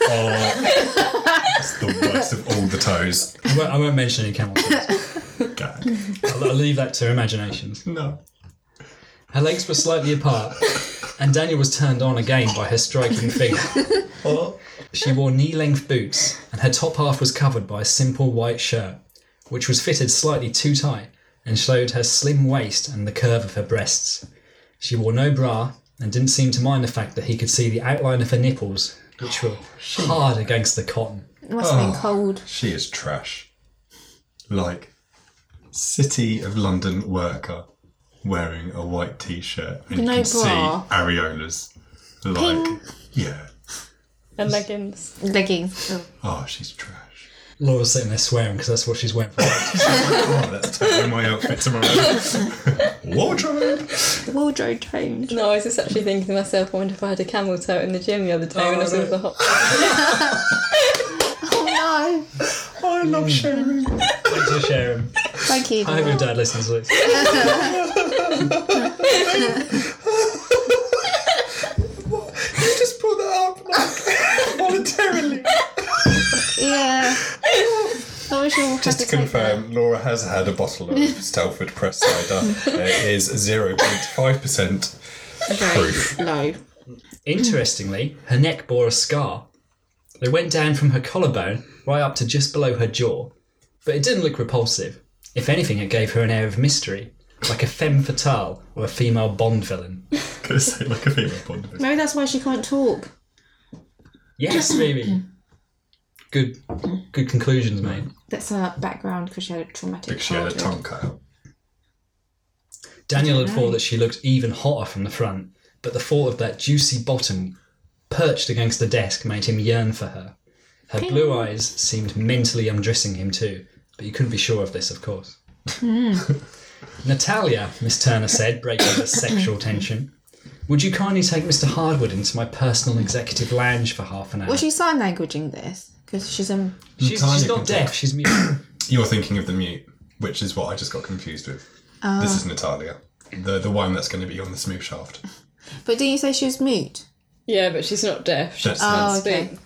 S4: oh. It's the worst of all the toes.
S1: I, won't, I won't mention any camel toes.
S4: Gag.
S1: I'll, I'll leave that to imaginations.
S4: No.
S1: Her legs were slightly apart, and Daniel was turned on again by her striking figure.
S4: Oh.
S1: She wore knee length boots, and her top half was covered by a simple white shirt, which was fitted slightly too tight and showed her slim waist and the curve of her breasts. She wore no bra, and didn't seem to mind the fact that he could see the outline of her nipples, which were hard against the cotton.
S5: It must have been cold.
S7: She is trash. Like, City of London worker wearing a white t shirt and you
S5: No
S7: can see
S5: bra.
S7: areolas. Like, yeah.
S2: And leggings.
S5: Leggings. Oh.
S7: Oh, she's trash.
S1: Laura's sitting there swearing because that's what she's wearing for.
S7: Oh, that's totally my outfit tomorrow. Wardrobe!
S5: Wardrobe change.
S2: No, I was just actually thinking to myself, I wonder if I had a camel toe in the gym the other day when I was in the hot.
S5: Oh no.
S7: I love sharing.
S1: Thanks for sharing.
S5: Thank you.
S1: I hope your dad listens to this.
S7: You just brought that up like, voluntarily.
S5: Yeah. I wish you all
S7: Just to confirm, Laura has had a bottle of Stelford Press cider. it is 0.5%.
S5: proof. No.
S1: Interestingly, her neck bore a scar. It went down from her collarbone right up to just below her jaw, but it didn't look repulsive. If anything, it gave her an air of mystery, like a femme fatale or a female Bond villain.
S7: Gonna say like a female Bond villain.
S5: Maybe that's why she can't talk.
S1: Yes, maybe. Good, good conclusions, mate.
S5: That's her background because she had a traumatic
S7: She had a
S5: childhood.
S7: tongue cut out.
S1: Daniel had thought that she looked even hotter from the front, but the thought of that juicy bottom perched against the desk made him yearn for her. Her blue eyes seemed mentally undressing him too, but you couldn't be sure of this, of course. Natalia, Miss Turner said, breaking the sexual tension, would you kindly take Mr. Hardwood into my personal executive lounge for half an hour?
S5: Was she sign languaging this? Because she's um.
S1: she's,
S7: Natalia
S1: she's not
S7: can
S1: deaf,
S7: talk.
S1: she's mute.
S7: You're thinking of the mute, which is what I just got confused with. This is Natalia, the the one that's going to be on the smooth shaft.
S5: But didn't you say she was mute?
S2: Yeah, but she's not deaf. She
S7: That's
S5: Oh,
S2: can't
S5: okay.
S2: speak.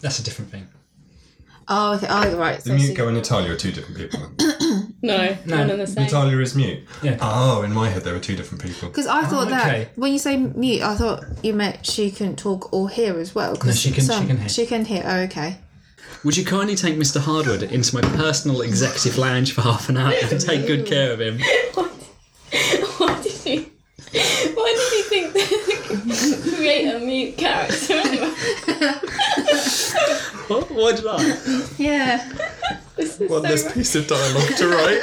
S1: That's a different thing.
S5: Oh, okay. Oh, right.
S7: the
S5: So she-
S7: mute girl and Natalia are two different people.
S2: No, one and the same.
S7: Natalia is mute.
S1: Yeah.
S7: Oh, in my head there were two different people.
S5: Because I thought
S1: okay.
S5: that when you say mute, I thought you meant she couldn't talk or hear as well. 'cause
S1: No, she can- she can hear.
S5: She can hear. Oh, okay.
S1: Would you kindly take Mr. Hardwood into my personal executive lounge for half an hour and take good care of him?
S2: Why did you? Why did you think that create a mute character?
S1: What? Why did I?
S5: Yeah.
S2: this is
S4: What
S2: so
S4: this
S2: ra-
S4: piece of dialogue to write?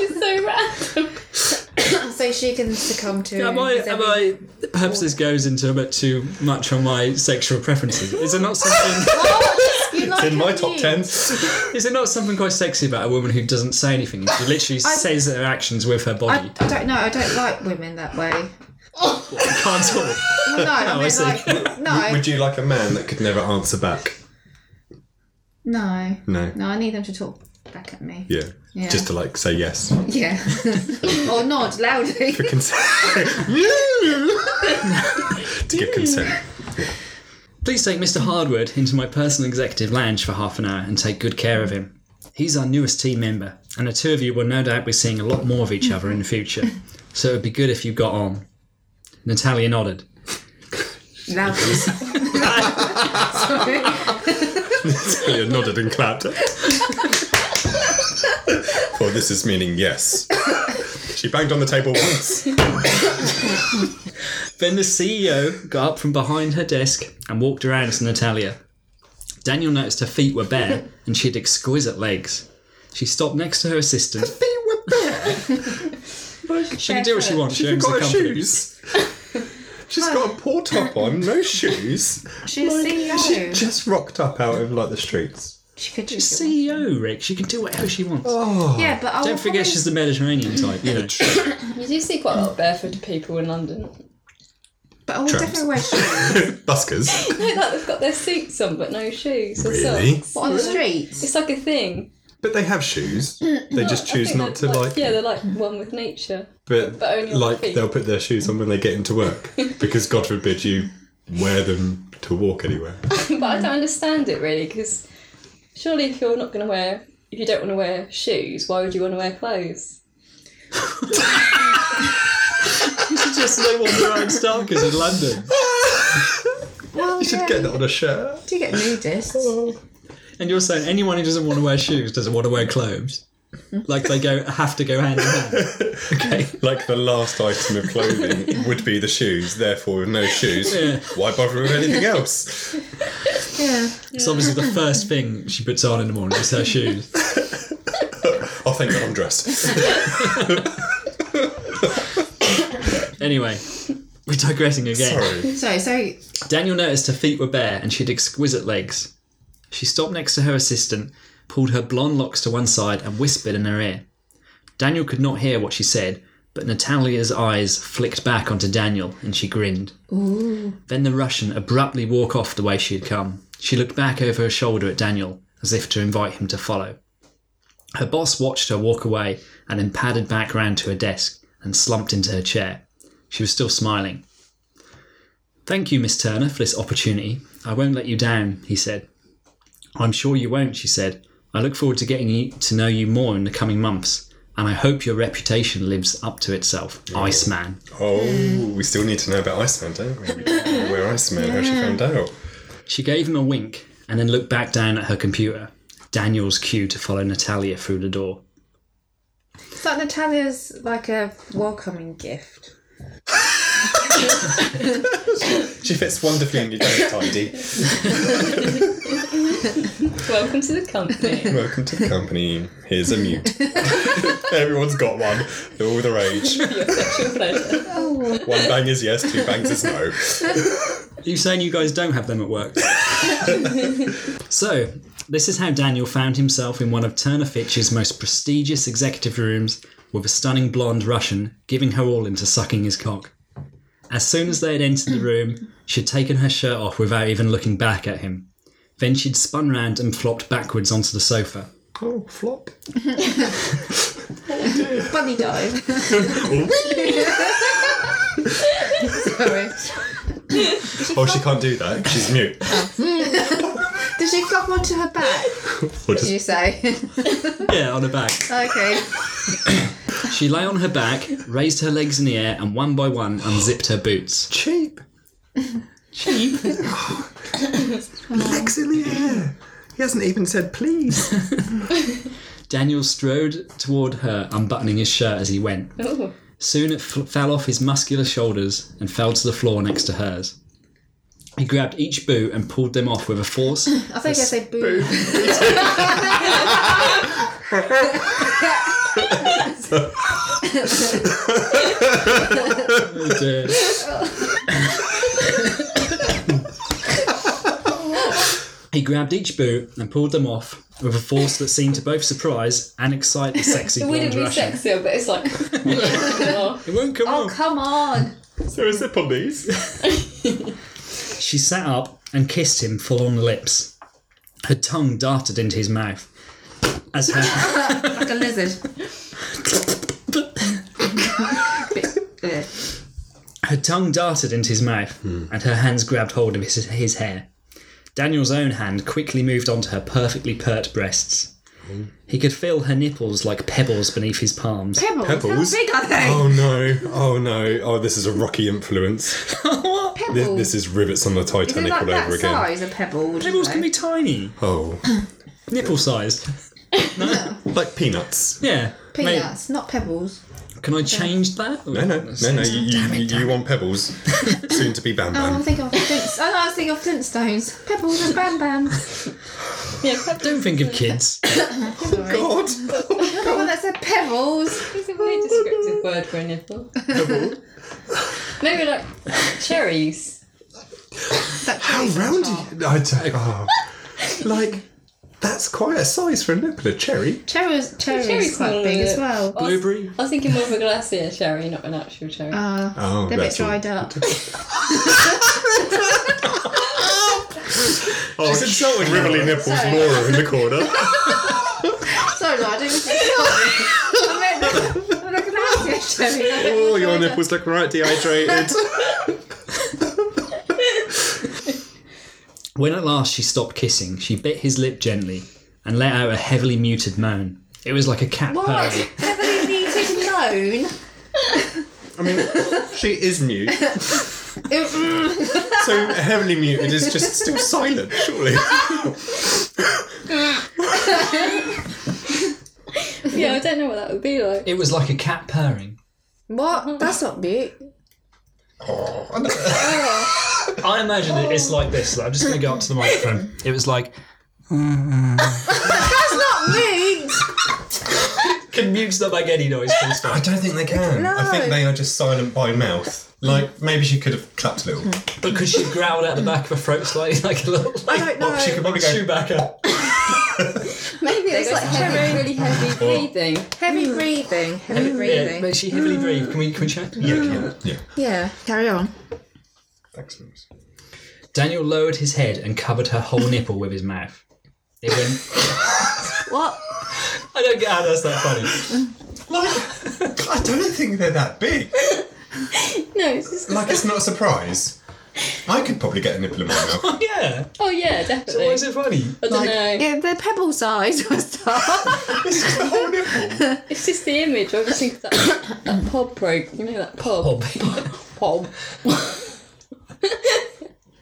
S2: it's so random.
S5: So she can succumb to.
S1: Am I, am I, perhaps this goes into a bit too much on my sexual preferences. Is it not something,
S5: You like
S4: In my
S5: her
S4: top
S5: mute.
S4: ten.
S1: is it not something quite sexy about a woman who doesn't say anything? She literally says her actions with her
S5: I,
S1: body.
S5: I don't know. I don't like women that way.
S1: Can't talk.
S5: Well, no, I mean
S1: see.
S5: like no,
S4: Would you like a man that could never answer back?
S5: no,
S4: No.
S5: no. I need them to talk back at me.
S4: Yeah.
S5: Yeah.
S4: Just to like say yes.
S5: Yeah. Oh, or nod loudly.
S4: For consent. to give consent.
S1: Please take Mr. Hardwood into my personal executive lounge for half an hour and take good care of him. He's our newest team member, and the two of you will no doubt be seeing a lot more of each other in the future. So it would be good if you got on. Natalia nodded.
S5: loudly. Sorry.
S4: Talia nodded and clapped. well, this is meaning yes. She banged on the table once.
S1: Then the CEO got up from behind her desk and walked around to Natalia. Daniel noticed her feet were bare and she had exquisite legs. She stopped next to her assistant. Her feet were bare. she can do what she wants. She,
S4: She's
S1: owns the
S4: got her
S1: company.
S4: shoes. She's got a poor top on, no shoes.
S5: She's CEO. She,
S4: Just rocked up out of like the streets.
S5: could just see.
S1: CEO, E Rick. She can do whatever she wants.
S5: Yeah, but I
S1: Don't forget she's the Mediterranean type. You know.
S2: You do see quite a lot of barefoot people in London.
S5: But I will
S4: Tramps.
S5: definitely wear shoes.
S4: Buskers.
S2: No, like they've got their suits on, but no shoes or
S4: Really?
S2: socks.
S5: on the
S2: Yeah.
S5: streets.
S2: It's like a thing.
S4: But they have shoes. They just
S2: I
S4: choose
S2: think
S4: not to
S2: they're
S4: like.
S2: Yeah, they're like one with nature.
S4: but,
S2: but only on
S4: like
S2: feet.
S4: they'll put their shoes on when they get into work because God forbid you wear them to walk anywhere.
S2: But I don't understand it really because surely if you're not going to wear, if you don't want to wear shoes, why would you want to wear clothes?
S1: Just so they walk around Starkers in London.
S5: Well,
S4: You should
S5: yeah.
S4: get that on a shirt.
S5: Do you get nudists?
S1: Oh. And you're saying anyone who doesn't want to wear shoes doesn't want to wear clothes. Like they go have to go hand in hand. Okay.
S4: Like the last item of clothing would be the shoes, therefore, with no shoes,
S1: Yeah.
S4: why bother with anything else?
S1: It's obviously the first thing she puts on in the morning is her shoes.
S4: Oh, thank God I'm dressed.
S1: Anyway, we're digressing again.
S5: So,
S4: Sorry.
S5: so
S1: Daniel noticed her feet were bare and she had exquisite legs. She stopped next to her assistant, pulled her blonde locks to one side, and whispered in her ear. Daniel could not hear what she said, but Natalia's eyes flicked back onto Daniel and she grinned. Then the Russian abruptly walked off the way she had come. She looked back over her shoulder at Daniel as if to invite him to follow. Her boss watched her walk away and then padded back round to her desk and slumped into her chair. She was still smiling. Thank you, Miss Turner, for this opportunity. I won't let you down, he said. I'm sure you won't, she said. I look forward to getting you- to know you more in the coming months, and I hope your reputation lives up to itself, Iceman.
S4: Oh, we still need to know about Iceman, don't we? Where Iceman, how she found out.
S1: She gave him a wink and then looked back down at her computer. Daniel's cue to follow Natalia through the door.
S3: It's like Natalia's like a welcoming gift.
S4: She fits wonderfully in your date, Tidy.
S2: Welcome to the company.
S4: Welcome to the company. Here's a mute. Everyone's got one. They're all their age.
S2: Your sexual pleasure.
S4: One bang is yes, two bangs is no.
S1: Are you saying you guys don't have them at work? so, this is how Daniel found himself in one of Turner Fitch's most prestigious executive rooms with a stunning blonde Russian giving her all into sucking his cock. As soon as they had entered the room, she'd taken her shirt off without even looking back at him. Then she'd spun round and flopped backwards onto the sofa.
S4: Oh, flop.
S5: bunny dive.
S3: Sorry.
S4: Oh, she can't do that. 'cause She's mute.
S3: Did she flop onto her back?
S4: Or
S3: Did you
S4: just
S3: say?
S1: Yeah, on her back.
S3: okay.
S1: She lay on her back, raised her legs in the air, and one by one unzipped her boots.
S4: cheap.
S1: Cheap.
S4: Legs in the air. He hasn't even said please.
S1: Daniel strode toward her, unbuttoning his shirt as he went.
S2: Ooh.
S1: Soon it f- fell off his muscular shoulders and fell to the floor next to hers. He grabbed each boot and pulled them off with a force.
S3: I think I say boo.
S1: Oh, dear. he grabbed each boot and pulled them off with a force that seemed to both surprise and excite the sexy
S2: It wouldn't
S1: blonde
S2: be
S1: Russian.
S2: sexier, but it's like. Oh,
S1: It won't come
S3: Oh
S1: off.
S3: come on.
S4: So is it please?
S1: She sat up and kissed him full on the lips. Her tongue darted into his mouth. As her,
S3: Like a lizard. Bit-
S1: her tongue darted into his mouth, and her hands grabbed hold of his, his hair. Daniel's own hand quickly moved onto her perfectly pert breasts. He could feel her nipples like pebbles beneath his palms.
S3: Pebbles.
S4: Pebbles?
S3: How big are they?
S4: Oh no, oh no, oh this is a rocky influence.
S1: Oh,
S3: Pebbles.
S4: Oh, This, this is rivets on the
S3: Is it
S4: Titanic
S3: like
S4: all
S3: that
S4: over again.
S3: size a pebble? would you
S1: Pebbles
S3: say?
S1: can be tiny,
S4: Oh,
S1: nipple sized.
S4: like peanuts.
S1: Yeah. mate,
S3: peanuts, not pebbles.
S1: can I change that?
S4: No, no, no, no. You, you, you, you want pebbles? Soon to be Bam
S3: Oh, I'm
S4: Bam.
S3: thinking of Flintstones. Oh, no, I was thinking of Flintstones. Pebbles and Bam Bam.
S2: yeah, perhaps
S1: Don't think of kids.
S4: God,
S3: Oh. Come on, that said pebbles.
S2: it's a weird descriptive word for a nipple. Maybe like cherries.
S4: how round are you? I don't. Oh. Like that's quite a size for a nipple. A cherry.
S3: Cherries, cherries,
S2: cherry's
S3: quite
S2: smaller
S3: big
S2: than
S3: as
S2: it.
S3: well.
S2: I was-
S1: Blueberry?
S2: I was thinking more of a glacier cherry, not an actual cherry.
S3: Uh,
S4: Oh,
S3: they're a bit
S4: that's all.
S3: dried up.
S4: Oh, She's insulting Rivoli nipples Laura in the corner.
S3: Sorry, Lord, I didn't mean I meant the- the glacier cherry. a bit
S4: Oh,
S3: more
S4: your
S3: dried up.
S4: nipples look right dehydrated.
S1: When at last she stopped kissing, she bit his lip gently and let out a heavily muted moan. It was like a cat
S3: What?
S1: purring.
S3: Heavily muted moan.
S4: I mean, she is mute.
S5: mm,
S4: so heavily muted is just still silent, surely.
S2: yeah, I don't know what that would be like.
S1: It was like a cat purring.
S3: What? That's not mute.
S7: Oh, I know.
S1: I imagine it, it's like this. like, I'm just going to go up to the microphone. It was like,
S3: That's not mute.
S1: can mutes not make any noise? Please
S7: I don't think they can. I think they are just silent by mouth. Like maybe she could have clapped a little.
S5: Hmm.
S1: But could she growl out the back of her throat slightly, like a little
S3: I
S1: like
S3: don't know.
S7: She
S1: Oh,
S7: could probably go.
S1: Chewbacca?
S2: Maybe it's like heavy, really heavy breathing.
S3: Heavy
S5: Mm.
S3: breathing. Heavy
S1: Mm. Yeah,
S3: breathing.
S1: but she heavily breathed. Can we can we check?
S7: Yeah, yeah.
S3: Yeah.
S5: Carry on.
S7: Thanks, Mims.
S1: Daniel lowered his head and covered her whole nipple with his mouth. It went.
S5: What?
S1: I don't get how that's that funny.
S7: Like, I don't think they're that big.
S2: No, it's just.
S7: Like, it's not a surprise. I could probably get a nipple in my mouth.
S1: yeah.
S2: Oh yeah,
S1: Why
S2: definitely.
S1: is it funny?
S2: I don't know.
S5: Yeah, they're pebble sized or stuff.
S7: It's just a whole nipple.
S2: It's just the image. I just think of that, that pub broke. You know that pub. Pub.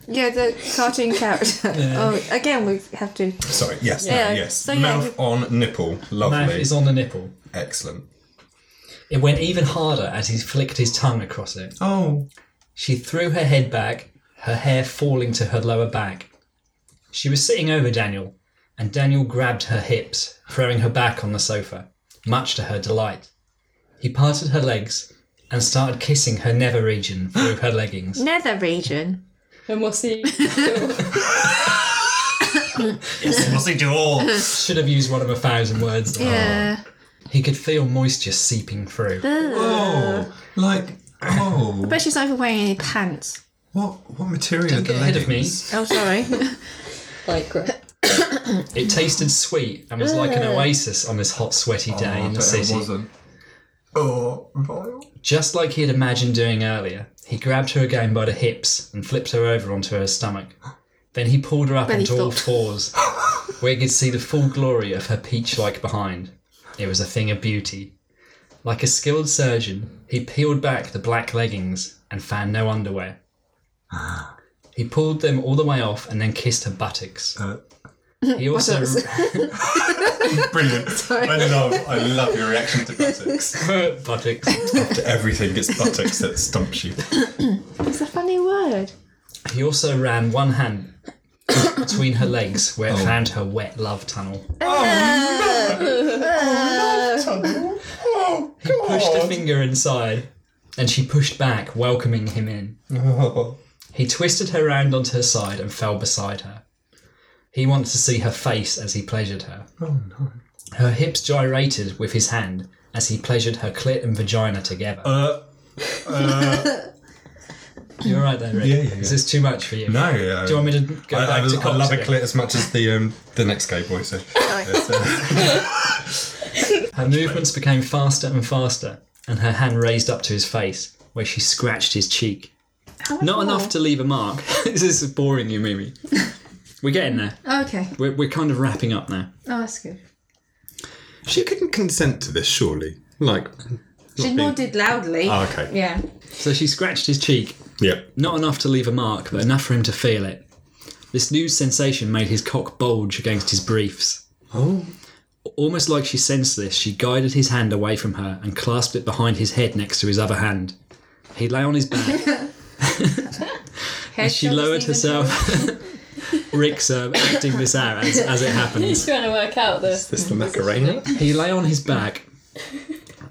S5: yeah, the cartoon character. Oh, again, we have to.
S7: Sorry, yes,
S5: Yeah,
S7: no, yes.
S5: so, yeah.
S7: mouth on nipple.
S1: Mouth
S7: Lovely.
S1: is on the nipple.
S7: Excellent.
S1: It went even harder as he flicked his tongue across it.
S7: Oh.
S1: She threw her head back, her hair falling to her lower back. She was sitting over Daniel, and Daniel grabbed her hips, throwing her back on the sofa, much to her delight. He parted her legs and started kissing her nether region through her leggings.
S5: Nether region.
S2: And we'll see.
S7: What's he all?
S1: Should have used one of a thousand words. there.
S5: Yeah.
S1: He could feel moisture seeping through.
S7: Oh, like, oh.
S5: But she's not even wearing any pants.
S7: What, what material are the
S1: Get ahead of me.
S7: leggings?
S5: Oh, sorry.
S2: like
S1: It tasted sweet and was like an oasis on this hot, sweaty day
S7: Oh, I
S1: in the
S7: bet it
S1: city.
S7: wasn't. Oh, vile.
S1: Just like he had imagined doing earlier, he grabbed her again by the hips and flipped her over onto her stomach. Then he pulled her up
S5: Belly
S1: onto all
S5: flop.
S1: fours, where he could see the full glory of her peach like behind. It was a thing of beauty. Like a skilled surgeon, he peeled back the black leggings and found no underwear. He pulled them all the way off and then kissed her buttocks.
S7: Uh,
S1: He also
S7: Brilliant. I love, I love your reaction to buttocks.
S1: buttocks.
S7: to everything, it's buttocks that stumps you.
S5: it's a funny word.
S1: He also ran one hand between her legs, where it found her wet love tunnel.
S7: Oh,
S1: pushed a
S7: God.
S1: finger inside, and she pushed back, welcoming him in.
S7: Oh.
S1: He twisted her round onto her side and fell beside her. He wanted to see her face as he pleasured her. Oh no. Her hips gyrated with his hand as he pleasured her clit and vagina together.
S7: Uh,
S1: You're right there, Rick.
S7: Yeah, yeah,
S1: Is
S7: yeah.
S1: this too much for you?
S7: No, yeah.
S1: Do you want me to go
S7: I,
S1: back
S7: I,
S1: to
S7: I
S1: Cox
S7: love a
S1: again?
S7: clit as much as the um, the next gay boy. So, Yes, uh,
S1: Her movements became faster and faster, and her hand raised up to his face, where she scratched his cheek. Not enough to leave a mark. this is boring you, Mimi. We're getting there.
S5: Okay.
S1: We're, we're kind of wrapping up now.
S5: Oh, that's good.
S4: She couldn't consent to this, surely. Like,
S5: She nodded loudly.
S7: Ah,
S4: oh, okay.
S5: Yeah.
S1: So she scratched his cheek,
S4: Yeah.
S1: not enough to leave a mark, but enough for him to feel it. This new sensation made his cock bulge against his briefs.
S4: Oh.
S1: Almost like she sensed this, she guided his hand away from her and clasped it behind his head next to his other hand. He lay on his back.
S5: Head,
S1: She
S5: shoulders,
S1: lowered
S5: knees,
S1: herself. Rick's um, acting this out as, as it happens.
S2: he's trying to work out the
S4: This the Macarena?
S1: He lay on his back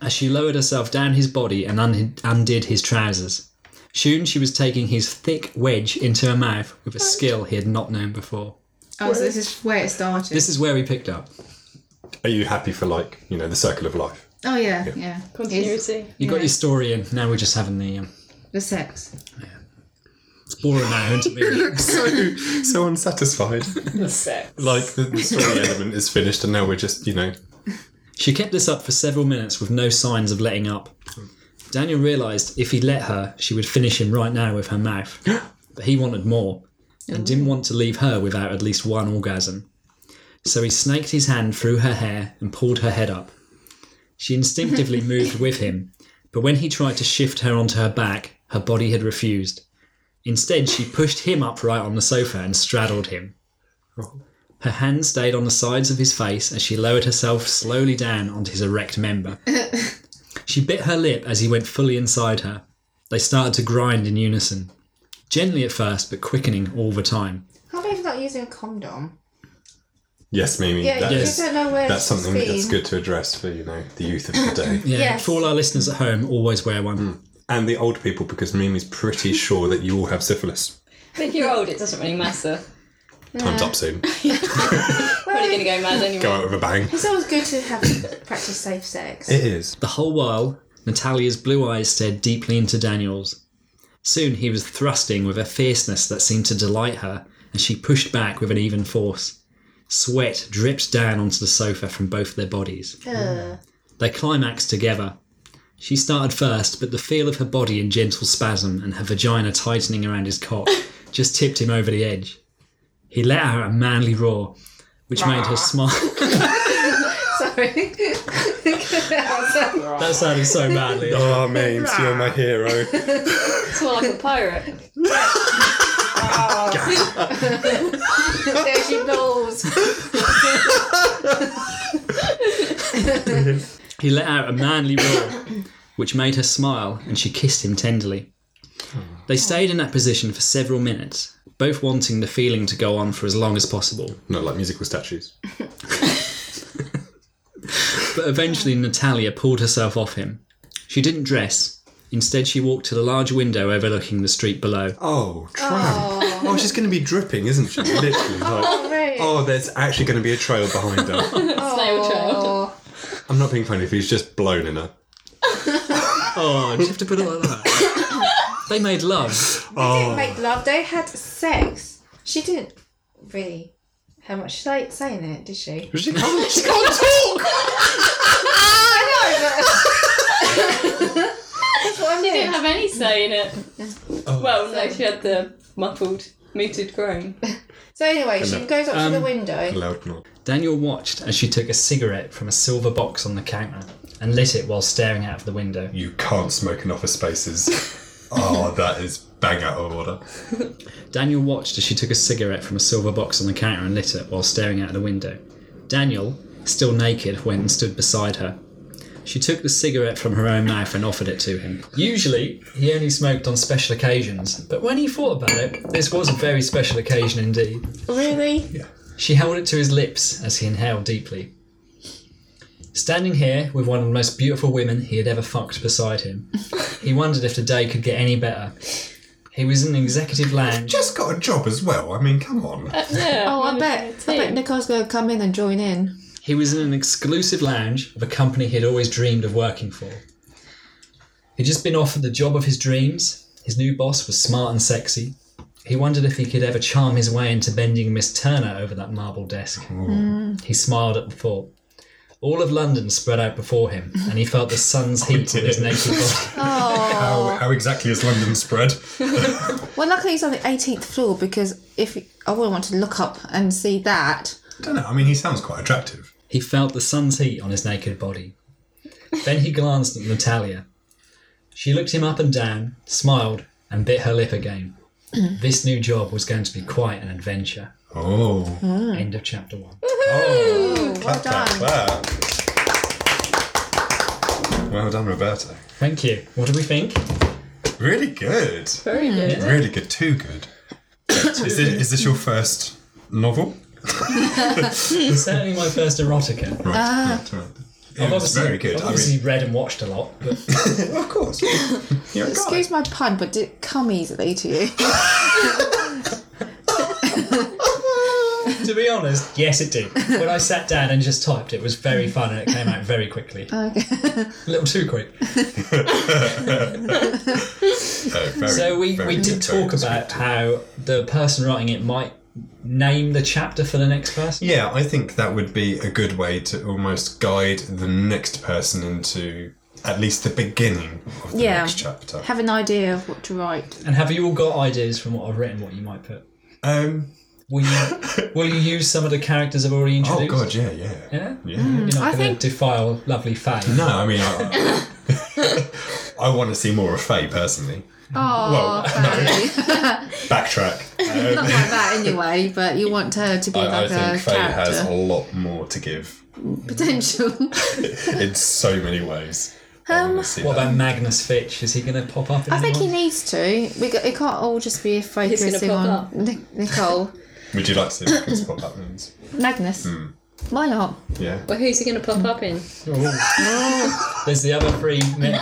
S1: as she lowered herself down his body and un- undid his trousers. Soon she was taking his thick wedge into her mouth with a skill he had not known before.
S5: and- Oh, so this is where it started.
S1: This is where we picked up.
S4: Are you happy for, like, you know, the circle of life?
S5: oh, yeah, yeah.
S2: continuity.
S1: You got your story in. Now we're just having the um,
S5: The sex.
S1: boring now interview.
S4: so, so unsatisfied.
S2: Sex.
S4: Like, the, the story element is finished, and now we're just, you know,
S1: she kept this up for several minutes with no signs of letting up. Daniel realised if he let her, she would finish him right now with her mouth. But he wanted more and didn't want to leave her without at least one orgasm. So he snaked his hand through her hair and pulled her head up. She instinctively moved with him, but when he tried to shift her onto her back, her body had refused. Instead, she pushed him upright on the sofa and straddled him. Her hand stayed on the sides of his face as she lowered herself slowly down onto his erect member. she bit her lip as he went fully inside her. They started to grind in unison. Gently at first, but quickening all the time.
S3: Can't believe not using a condom.
S4: Yes, Mimi.
S3: Yeah,
S4: that
S3: you
S4: is-
S3: don't know where
S4: that's
S3: she's
S4: something
S3: been.
S4: that's good to address for you know the youth of today
S1: Yeah,
S3: Yes.
S1: for all our listeners at home, always wear one.
S4: and the old people, because Mimi's pretty sure that you all have syphilis.
S2: But if you're old, it doesn't really matter.
S4: Time's up soon.
S2: Probably going to go mad anyway.
S4: Go out with a bang.
S3: It's always good to have practice safe sex.
S4: It is.
S1: The whole while, Natalia's blue eyes stared deeply into Daniel's. Soon he was thrusting with a fierceness that seemed to delight her, and she pushed back with an even force. Sweat dripped down onto the sofa from both their bodies. They climaxed together. She started first, but the feel of her body in gentle spasm and her vagina tightening around his cock just tipped him over the edge. He let out a manly roar, which made her smile.
S3: Sorry.
S1: that sounded so badly.
S4: Oh, Mames, you're my hero.
S2: It's more like a pirate.
S3: there she blows.
S1: He let out a manly roar, which made her smile, and she kissed him tenderly. They stayed in that position for several minutes, both wanting the feeling to go on for as long as possible.
S4: Not like musical statues.
S1: But eventually, Natalia pulled herself off him. She didn't dress. Instead, she walked to the large window overlooking the street below.
S4: Oh, tramp. Oh, she's going to be dripping, isn't she? Literally. Like, oh, there's actually going to be a trail behind her.
S2: Snail trail.
S3: Oh.
S4: I'm not being funny if he's just blown in her.
S1: Oh, did you have to put it like that? they made love.
S3: They
S4: Oh.
S3: didn't make love. They had sex. She didn't really have much say, say in it, did she?
S4: She can't-
S3: She can't talk. Oh, I know. But... That's what I
S2: She didn't
S3: mean.
S2: have any say in it.
S1: Oh.
S2: Well, no, she had the muffled, muted groan.
S3: So anyway, she
S4: no.
S3: goes up to the
S1: Um,
S3: window.
S4: Loud nod.
S1: Daniel watched as she took a cigarette from a silver box on the counter and lit it while staring out of the window.
S7: You can't smoke in office spaces. oh, that is bang out of order.
S1: Daniel watched as she took a cigarette from a silver box on the counter and lit it while staring out the window. Daniel, still naked, went and stood beside her. She took the cigarette from her own mouth and offered it to him. Usually, he only smoked on special occasions, but when he thought about it, this was a very special occasion indeed.
S3: Really?
S1: She held it to his lips as he inhaled deeply. Standing here with one of the most beautiful women he had ever fucked beside him, he wondered if the day could get any better. He was in the executive lounge.
S7: Just got a job as well. I mean, come on.
S2: Yeah.
S5: Oh, I bet. I bet Nicole's going to come in and join in.
S1: He was in an exclusive lounge of a company he had always dreamed of working for. He'd just been offered the job of his dreams. His new boss was smart and sexy. He wondered if he could ever charm his way into bending Miss Turner over that marble desk. He smiled at the thought. All of London spread out before him, and he felt the sun's heat on his naked body.
S7: How, how exactly is London spread?
S5: Well, luckily he's on the 18th floor because if I wouldn't want to look up and see that.
S7: don't know. I mean, he sounds quite attractive.
S1: He felt the sun's heat on his naked body. Then he glanced at Natalia. She looked him up and down, smiled, and bit her lip again. this new job was going to be quite an adventure.
S7: Oh,
S1: End of chapter one.
S7: clap, clap, clap. Well done, Roberto.
S1: Thank you. What do we think?
S7: Really good.
S2: Very good.
S7: Really good. Too good. is, this, is this your first novel?
S1: It's certainly my first erotica.
S7: Right. right, right. It was very good.
S1: I've
S7: I
S1: obviously
S7: mean,
S1: read and watched a lot, but
S7: of course. You're a guy.
S5: Excuse my pun, but did it come easily to you?
S1: to be honest, yes, it did. When I sat down and just typed, it was very fun and it came out very quickly. a little too quick.
S7: Uh, very-
S1: So we,
S7: very
S1: we did
S7: good, very
S1: talk
S7: good.
S1: about how the person writing it might name the chapter for the next person.
S7: Yeah, I think that would be a good way to almost guide the next person into at least the beginning of the
S5: Yeah.
S7: next chapter.
S5: Have an idea of what to write.
S1: And have you all got ideas from what I've written what you might put?
S7: Um,
S1: Will you will you use some of the characters I've already
S7: oh
S1: introduced?
S7: god, yeah, yeah.
S1: Yeah?
S7: Yeah.
S1: You're not
S5: I
S1: going to
S5: think-
S1: defile lovely Faye.
S7: No, I mean, I, I want to see more of Faye personally.
S5: Oh,
S7: Backtrack.
S5: Not like that anyway, but you want her to be
S4: Um, I, I
S5: like a
S4: think Faye has a
S5: character.
S4: lot more to give
S5: Potential.
S4: in so many ways. I
S5: Um,
S4: wanna see
S1: What
S4: that.
S1: about Magnus Fitch? Is he going to pop up? In
S5: I think he
S1: anyone?
S5: needs to. We got, it can't all just be focusing
S2: pop
S5: on
S2: up.
S5: Ni- Nicole.
S4: Would you like to see Magnus pop up? Moons?
S5: Magnus.
S4: Hmm.
S5: Why not?
S4: Yeah.
S2: Well, who's he going to pop up in?
S1: There's the other three mi-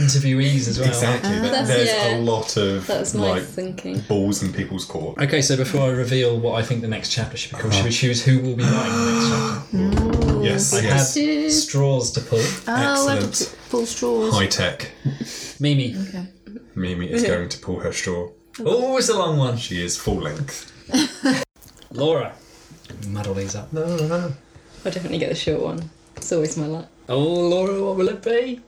S1: interviewees as well.
S4: Exactly.
S5: uh,
S4: There-
S2: That's-
S4: There's
S2: yeah.
S4: a lot of
S2: That's my
S4: like
S2: thinking.
S4: balls in people's court.
S1: Okay, so before I reveal what I think the next chapter should be called, should
S7: Uh-huh.
S1: we choose who will be writing the next chapter?
S4: Yes.
S1: I
S4: yes.
S1: have straws to pull.
S5: Oh, I have
S4: Excellent.
S5: to pull straws.
S4: High tech.
S1: Mimi.
S4: Mimi is going to pull her straw.
S1: Oh, it's a long one.
S4: She is full length.
S1: Laura. Muddle these up.
S2: I'll definitely get the short one. It's always my luck.
S1: Oh, Laura, what will it be?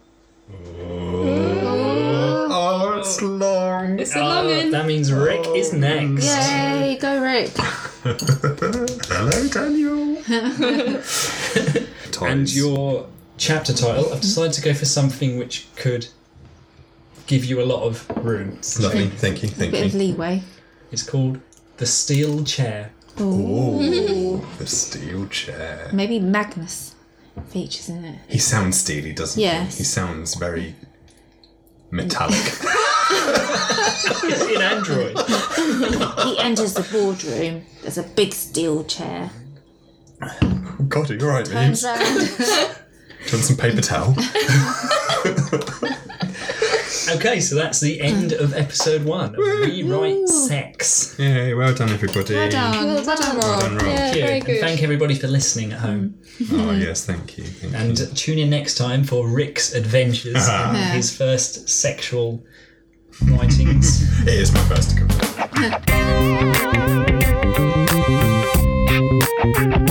S4: Oh, it's long.
S2: It's a
S1: Oh,
S2: long one.
S1: that means Rick is next.
S5: Yay, go Rick.
S4: Hello, Daniel.
S1: And
S4: Times.
S1: your chapter title, I've decided to go for something which could give you a lot of room.
S4: Lovely. Thank you. Thank
S5: Bit of
S4: you.
S5: leeway.
S1: It's called The Steel Chair.
S4: Ooh, Oh, the steel chair.
S5: Maybe Magnus features in it.
S4: He sounds steely, doesn't
S5: Yes.
S4: he? He sounds very metallic. Oh,
S1: It's in Android.
S5: He enters the boardroom. There's a big steel chair.
S4: God, are you alright, Mimi?
S5: Turns around.
S4: Do you want some paper towel?
S1: Okay, so that's the end of episode one of Rewrite Sex.
S4: Yay, well done, everybody.
S5: Well done. Well done, Rob.
S4: done, Rob.
S2: Yeah,
S1: Thank you,
S2: very
S1: and
S2: good.
S1: thank everybody for listening at home.
S4: Oh, yes, thank you. Thank you.
S1: And tune in next time for Rick's adventures and his first sexual writings.
S4: It is my first to confirm.
S9: Thank you.